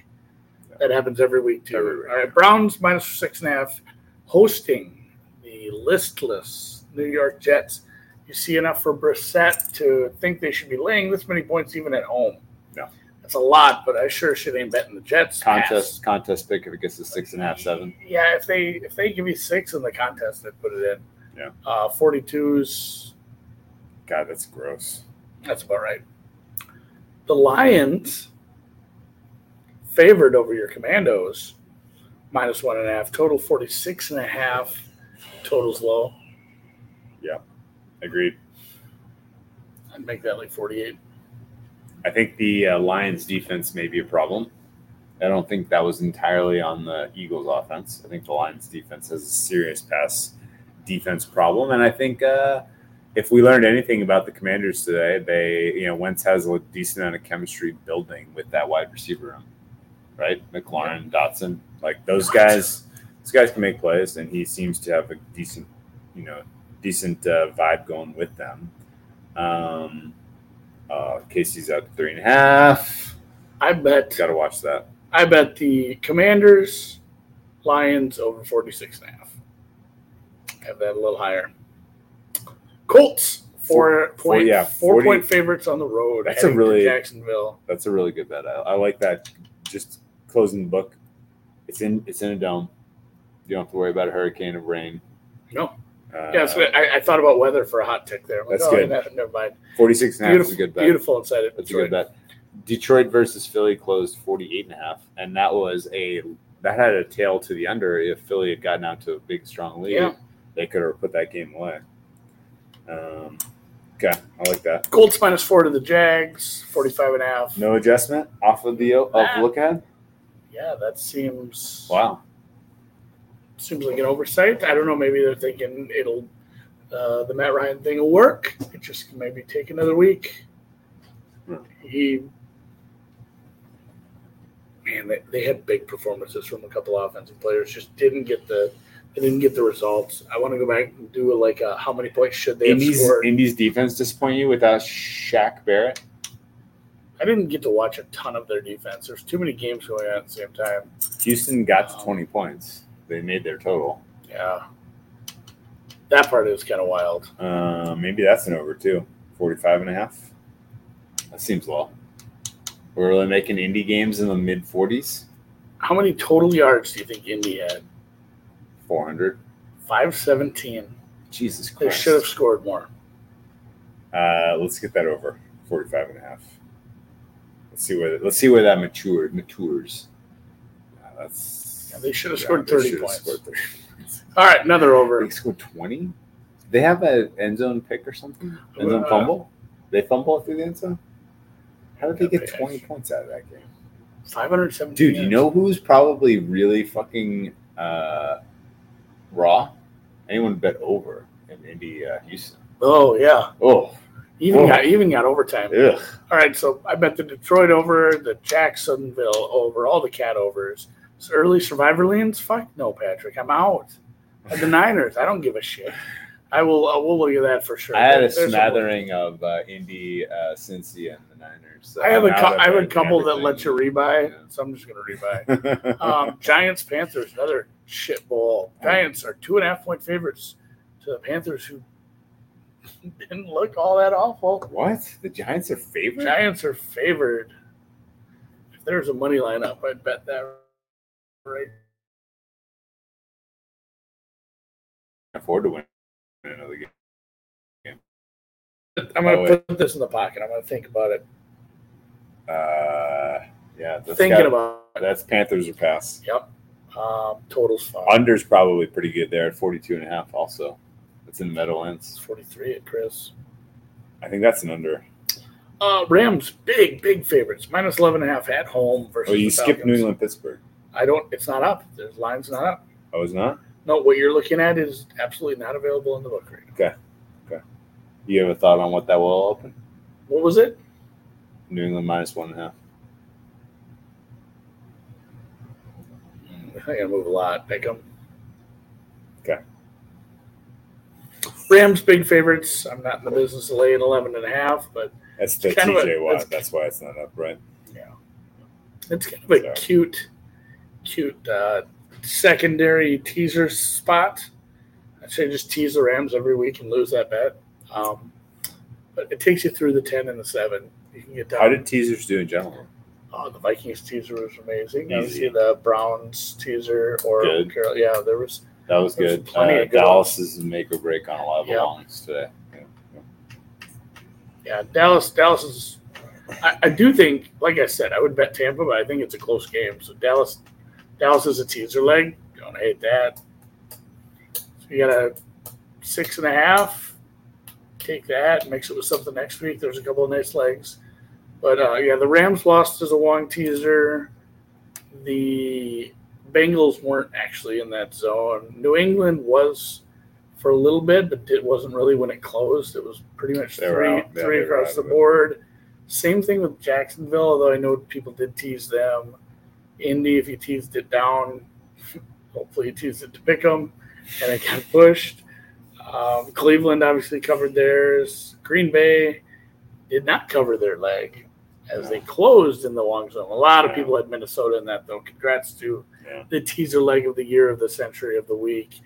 That happens every week too.
Every week.
All right, Browns minus six and a half, hosting the listless New York Jets. You see enough for Brissett to think they should be laying this many points even at home.
No.
That's a lot, but I sure shit ain't betting the Jets.
Contest contest pick if it gets to six and a half, seven.
Yeah, if they if they give you six in the contest, I'd put it in.
Yeah.
Uh, 42s,
God, that's gross.
That's about right. The Lions favored over your Commandos, minus one and a half. Total 46 and a half. Total's low.
Agreed.
I'd make that like 48.
I think the uh, Lions defense may be a problem. I don't think that was entirely on the Eagles offense. I think the Lions defense has a serious pass defense problem, and I think uh, if we learned anything about the Commanders today, they you know Wentz has a decent amount of chemistry building with that wide receiver room, right? McLaurin, Dotson, like those guys. Those guys can make plays, and he seems to have a decent, you know, decent uh, vibe going with them. Um, uh, Casey's out to three and a half.
I bet
Got to watch that.
I bet the Commanders, Lions over 46 and a half. Have that a little higher. Colts, four,
Four- four-
point-
yeah,
four
40
point favorites on the road.
That's a
heading to
really-
Jacksonville.
That's a really good bet. I, I like that. Just closing the book. It's in. It's in a dome. You don't have to worry about a hurricane of rain.
No.
Uh,
Yeah, so I, I thought about weather for a hot tick there. I'm like,
That's
oh,
good.
no, never mind.
46 and a half
Beautiful,
is a good bet.
beautiful inside of
That's a
Detroit.
good bet. Detroit versus Philly closed 48 and a half, and that was a that had a tail to the under. If Philly had gotten out to a big strong lead,
Yeah.
they could have put that game away. Um, okay, I like that.
Colts minus four to the Jags, 45 and a half.
No adjustment off of the
Ah.
of look ahead.
Yeah, that seems
Wow.
seems like an oversight. I don't know. Maybe they're thinking it'll uh, the Matt Ryan thing will work. It just can maybe take another week.
Hmm.
He man, they, they had big performances from a couple offensive players. Just didn't get the they didn't get the results. I want to go back and do a, like a, how many points should they have
Indy's,
scored?
Indy's defense disappoint you without Shaq Barrett?
I didn't get to watch a ton of their defense. There's too many games going on at the same time.
Houston got to
Um,
20 points. They made their total.
Yeah. That part is kind of wild.
Uh, maybe that's an over too. 45 and a half. That seems low. We're really making indie games in the mid 40s.
How many total yards do you think Indy had?
400.
517.
Jesus
They
Christ.
should have scored more.
Uh, let's get that over 45 and a half. Let's see where let's see where that matured matures. Yeah, that's
Yeah, they should have
yeah,
scored
they
30
should have
points.
scored 30.
All right, another
They
over.
scored 20? They have an end zone pick or something? End zone
Uh,
fumble? They fumble through the end zone? How did they
Yeah,
get
they-
20 points out of that game?
517.
Dude, you
yards.
know who's probably really fucking uh, raw? Anyone bet over in Indy uh, Houston?
Oh, yeah.
Oh,
Even,
Oh.
Got, even got overtime.
ugh.
All right, so I bet the Detroit over, the Jacksonville over, all the Cat overs. So early survivor leans? Fuck no, Patrick. I'm out. And the Niners, I don't give a shit. I will. I will look at that for sure.
I had a
There's some-
smattering of uh, Indy, uh, Cincy, and the Niners. So
I have a
I'm
cou-
out of
I have a
everything.
couple that let you rebuy,
Yeah.
so I'm just gonna rebuy. Um, Giants Panthers another shit bowl. Giants are two and a half point favorites to the Panthers, who didn't look all that awful.
what? The Giants are favorite?
Giants are favored. If there's a money line up, I'd bet that right
afford to win another game.
I'm gonna
Oh,
put this in the pocket. I'm gonna think about it.
Uh, yeah, that's
Thinking
got-
about it.
that's Panthers or pass.
Yep. Um, totals five.
Under's probably pretty good there at 42 and a half also. That's in the
It's
Meadowlands.
43 at Chris.
I think that's an under.
Uh, Rams big big favorites minus 11 and a half at home versus.
Oh, you
the
skipped
Falcons.
New England Pittsburgh.
I don't. It's not up. The line's not up.
I was Oh, not.
No, what you're looking at is absolutely not available in the book right now.
You have a thought on what that will open?
What was it?
New England minus one and a half.
I gotta move a lot. Pick 'em.
Okay.
Rams big favorites. I'm not in the business of laying 11 and a half, but
That's the
It's kind of a-
TJ Watt.
it's-
That's why it's not up, right?
It's kind of a
So-
cute, cute uh, secondary teaser spot. I say just tease the Rams every week and lose that bet. Um, but it takes you through the ten and the seven. You can get down.
How did teasers do in general?
oh, the Vikings teaser was amazing. You
Easy.
see the Browns teaser or
Good.
Carol. Yeah, there was.
That was
There's
good.
plenty
Uh,
of good
Dallas is a make or break on a lot of the
Yeah.
longs today.
Yeah, Dallas. Dallas is. I, I do think, like I said, I would bet Tampa, but I think it's a close game. So Dallas, Dallas is a teaser leg. Don't hate that. So you got a six and a half. Take that, mix it with something next week. There's a couple of nice legs, but uh, yeah, the Rams lost as a long teaser. The Bengals weren't actually in that zone. New England was for a little bit, but it wasn't really when it closed. It was pretty much
They were
three
out. Yeah,
three
they were
across
out
the
of it.
board. Same thing with Jacksonville, although I know people did tease them. Indy, if you teased it down, hopefully you teased it to pick them, and it got pushed. Um, Cleveland obviously covered theirs. Green Bay did not cover their leg as they closed in the long zone. A lot of
Yeah.
people had Minnesota in that, though. Congrats to
Yeah.
the teaser leg of the year, of the century, of the week.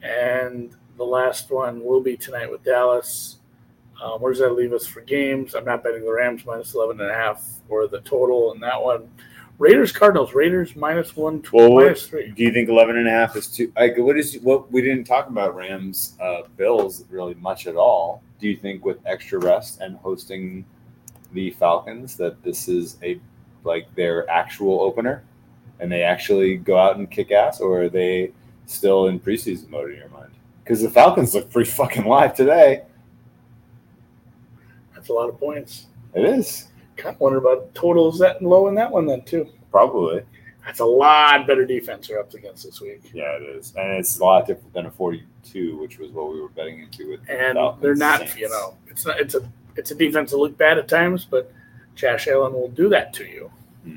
And the last one will be tonight with Dallas. Um, where does that leave us for games? I'm not betting the Rams minus 11 and a half or the total in that one. Raiders, Cardinals, Raiders minus one, tw-
Well, what-
minus three.
Do you think 11 and a half is too? Like, what is what we didn't talk about Rams uh, Bills really much at all? Do you think with extra rest and hosting the Falcons that this is a like their actual opener and they actually go out and kick ass, or are they still in preseason mode in your mind? Because the Falcons look pretty fucking live today.
That's a lot of points.
It is
Kind of wonder about totals that low in that one then too.
probably
That's a lot better defense you're up against this week.
yeah, it is, and it's a lot different than a 42, which was what we were betting into with. the
And
Falcons
they're not,
Saints.
you know, it's not, it's a it's a defense that looked bad at times, but Josh Allen will do that to you.
Hmm.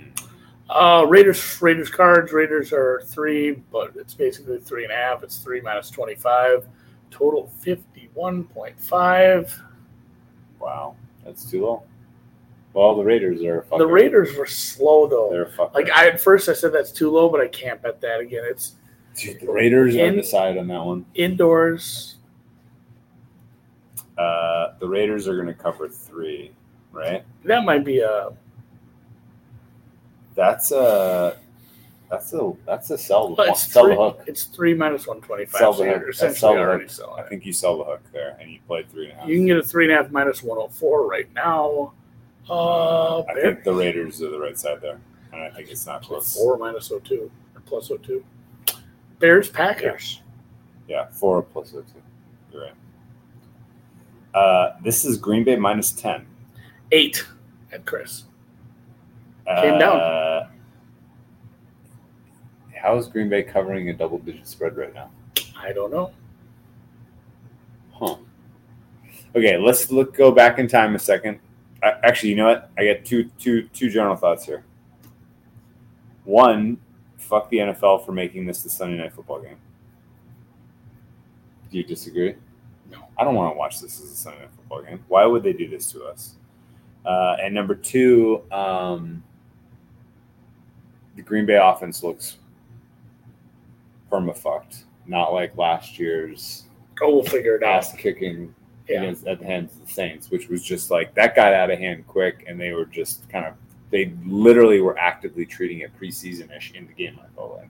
Uh, Raiders, Raiders cards. Raiders are three, but it's basically three and a half. It's three minus twenty five. Total fifty one point five.
Wow, that's too low. Well, the Raiders are. a
The
fucker.
Raiders were slow though.
They're a fucker.
like I at first I said that's too low, but I can't bet that again. It's
Dude, the Raiders are
In-
decided on that one.
indoors.
Uh, the Raiders are going to cover three, right?
That might be a
That's a that's a that's a sell.
Well, it's
sell
three,
the hook.
It's three minus one twenty five.
Sell the
So
hook.
you're
That's
essentially
sell the
already
hook.
selling
I
it.
think you sell the hook there, and you played three and a half.
You can get a three and a half minus one hundred four right now. Uh,
I
Bears
think the Raiders are the right side there, and I think it's not close.
four minus oh two or plus oh two. Bears Packers.
Yeah,
Four plus a two. You're right. Uh, this is Green Bay minus ten.
Eight at Chris.
Uh,
Came
How is Green Bay covering a double-digit spread right now?
I don't know.
Huh. Okay, let's look go back in time a second. I, actually, you know what? I got two two two general thoughts here. One, fuck the NFL for making this the Sunday night football game. Do you disagree?
No.
I don't want to watch this as a Sunday night football game. Why would they do this to us? Uh, and number two, um, the Green Bay offense looks perma fucked. Not like last year's
Oh, we'll figure it out.
ass kicking
Yeah.
against at the hands of the Saints, which was just like that got out of hand quick, and they were just kind of they literally were actively treating it preseason ish in the game. I felt like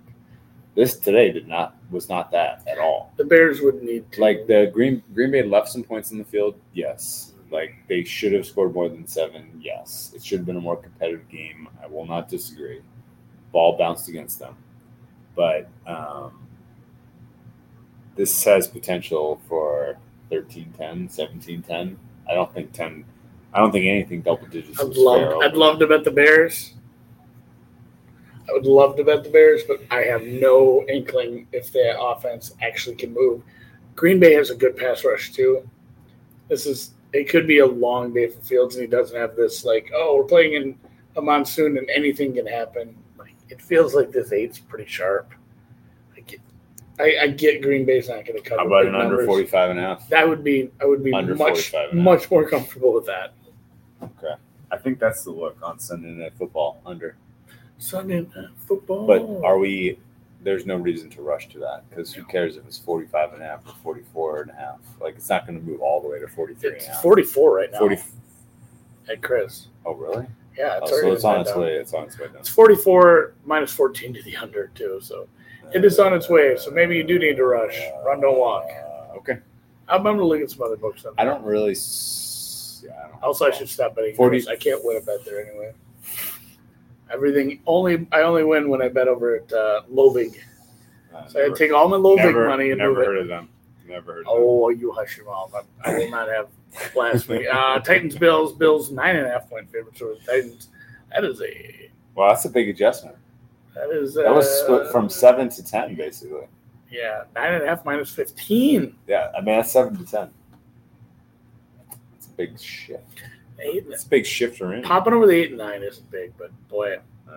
this today did not was not that at all.
The Bears would need to.
Like the Green Green Bay left some points in the field, yes. Like they should have scored more than seven, yes. It should have been a more competitive game. I will not disagree. Ball bounced against them, but um, this has potential for 13-10, 17-10. I don't think ten. I don't think anything double digits.
I'd
is
love.
fair
I'd
over-
love to bet the Bears. I would love to bet the Bears, but I have no inkling if their offense actually can move. Green Bay has a good pass rush too. This is it could be a long day for Fields, and he doesn't have this like, oh, we're playing in a monsoon and anything can happen. Like it feels like this eight's pretty sharp. I get, I, I get Green Bay's not going to cut.
How
the
about
big
an under
numbers.
45 and a half?
That would be I would be
Under
much
45 and a half.
much more comfortable with that.
Okay. I think that's the look on Sunday Night Football under.
Sunday night football.
But are we, there's no reason to rush to that because who cares if it's 45 and a half or 44 and a half? Like, it's not going to move all the way to 43 and a
it's
half.
forty four right now
40
at Chris.
Oh, really?
Yeah,
Oh,
it's
so
already
it's on
been
its
done.
way. It's on its way down.
It's 44 minus 14 to the under, too. So It is on its way, so maybe you do need to rush. Run, don't walk.
Uh, okay.
I'm going to look at some other books. On
I don't really. s- Yeah, I don't
Also, I should stop betting.
40
Chris. I can't win a bet there anyway. Everything only I only win when I bet over at uh, Lovig.
Uh,
So I take all my Lovig
never,
money and
never
move
heard
it.
of them. Never heard of
Oh, you hush your mouth! I'm- I will not have blasphemy. Uh, Titans, Bills, Bills nine and a half point favorites over the Titans. That is a
them. Well, that's a big adjustment.
that is
That was
uh,
split from seven to ten, basically.
yeah nine and a half minus fifteen.
Yeah, I mean that's seven to ten. It's a big shift.
Eight and a
them. It's a big shift around.
Popping over the eight and nine isn't big, but boy,
Uh,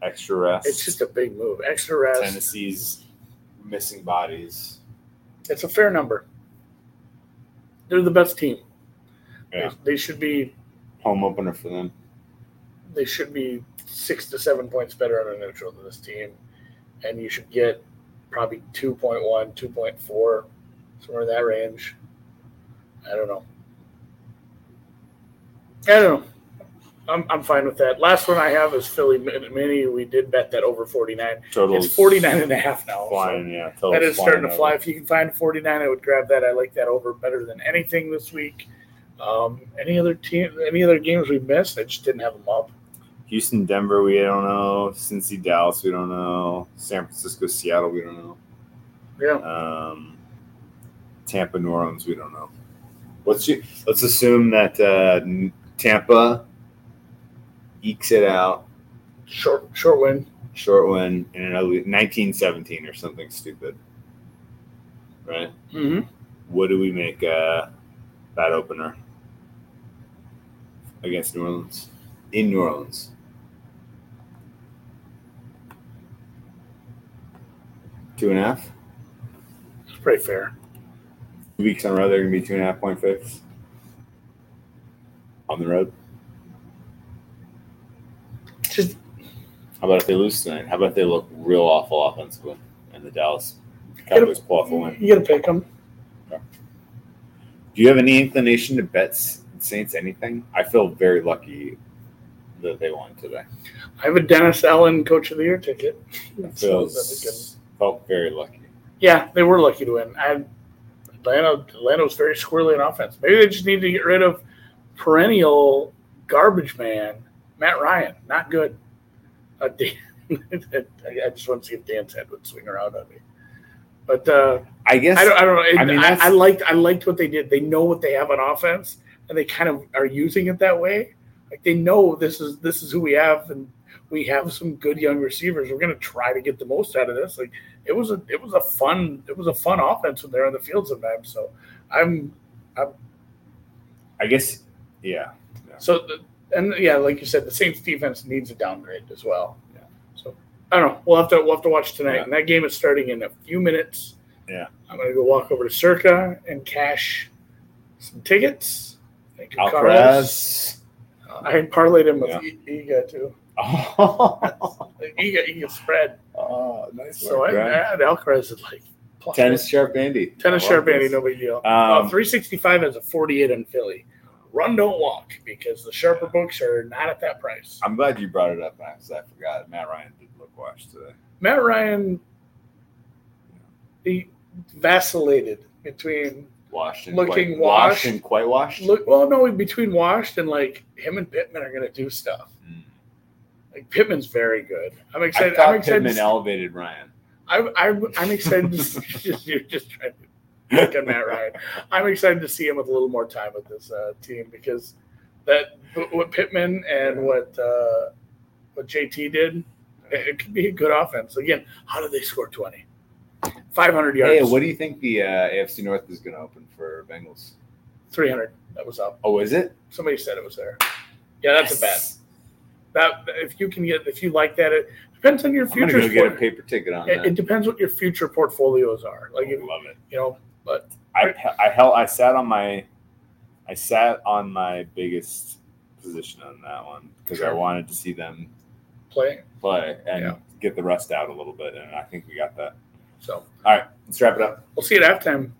extra rest.
it's just a big move. Extra rest.
Tennessee's missing bodies.
It's a fair number. They're the best team.
Yeah.
They, they should be.
Home opener for them.
They should be six to seven points better on a neutral than this team, and you should get probably 2.1, 2.4, somewhere in that range. I don't know. I don't know. I'm, I'm fine with that. Last one I have is Philly Mini. We did bet that over 49.
Total's
It's 49 and a half now. so-
Flying, yeah. total's
that is starting
flying
to fly.
over.
If you can find 49, I would grab that. I like that over better than anything this week. Um, any other team, any other games we missed? I just didn't have them up.
Houston, Denver, we don't know. Cincy, Dallas, we don't know. San Francisco, Seattle, we don't know.
Yeah,
Um, Tampa, New Orleans, we don't know. Let's ju- let's assume that uh, n- Tampa ekes it out,
short short win.
short win in an early- 1917 or something stupid, right?
Mm-hmm.
What do we make uh, that opener against New Orleans in New Orleans? Two and a half.
It's pretty fair.
Two weeks on the road, they're going to be two and a half point favorites on the road.
Just
How about if they lose tonight? How about if they look real awful offensively and the Dallas Cowboys pull off a win?
you got to pick them.
Do you have any inclination to bet S- Saints anything? I feel very lucky that they won today.
I have a Dennis Allen Coach of the Year ticket. So that's a good-
Feels, felt very lucky.
Yeah, they were lucky to win. I, Atlanta, Atlanta was very squirrely in offense. Maybe they just need to get rid of perennial garbage man Matt Ryan. Not good. Uh, Dan, I I just want to see if Dan's head would swing around on me. But uh,
I guess
I don't. I don't know.
I mean,
I,
that's-
I liked. I liked what they did. They know what they have on offense, and they kind of are using it that way. Like they know this is this is who we have, and we have some good young receivers. We're going to try to get the most out of this. Like it was a it was a fun it was a fun offense when they're on the field sometimes. So I'm
I guess yeah.
so the, and yeah, like you said, the Saints defense needs a downgrade as well.
Yeah.
So I don't know. We'll have to we'll have to watch tonight,
Yeah.
and that game is starting in a few minutes.
Yeah.
I'm gonna go walk over to Circa and cash some tickets. Thank you, Carlos. Uh,
Alcaraz.
I parlayed him with
Yeah.
E- Iga too.
Oh,
Like, Iga, Iga spread.
nice
So I,
work,
I
Brad.
had Alcaraz at like plus
Tennis sharp Andy.
tennis
I love
sharp
this.
Andy, no big deal.
Oh, Um,
uh, 365 has a 48 in Philly. Run don't walk because the sharper books are not at that price.
I'm glad you brought it up because I forgot. Matt Ryan did look washed today.
Matt Ryan he vacillated between
Washed and
Looking
quite, washed
washed.
and quite washed.
look well no between washed and like him and Pittman are gonna do stuff.
Mm.
Like Pittman's very good. I'm
I
excited. I'm
thought
excited.
Pittman elevated Ryan.
I, I, I'm excited. to see, just, you're just trying to pick on Matt Ryan. I'm excited to see him with a little more time with this uh, team because that what Pittman and what uh, what JT did it could be a good offense. Again, how do they score 20? 500 yards.
Hey, what do you think the uh, AFC North is going to open for Bengals?
300. That was up.
Oh, is it?
Somebody said it was there. Yeah, that's a bet. That if you can get if you like that, it depends on your
I'm going
future.
to go get a paper ticket on
it,
that.
it depends what your future portfolios are. Like
I
if,
love it.
you know, but
I I held I sat on my I sat on my biggest position on that one because I
Sure.
wanted to see them
play.
play and
Yeah.
get the rust out a little bit, and I think we got that.
So
All right, let's wrap it up.
we'll see at halftime.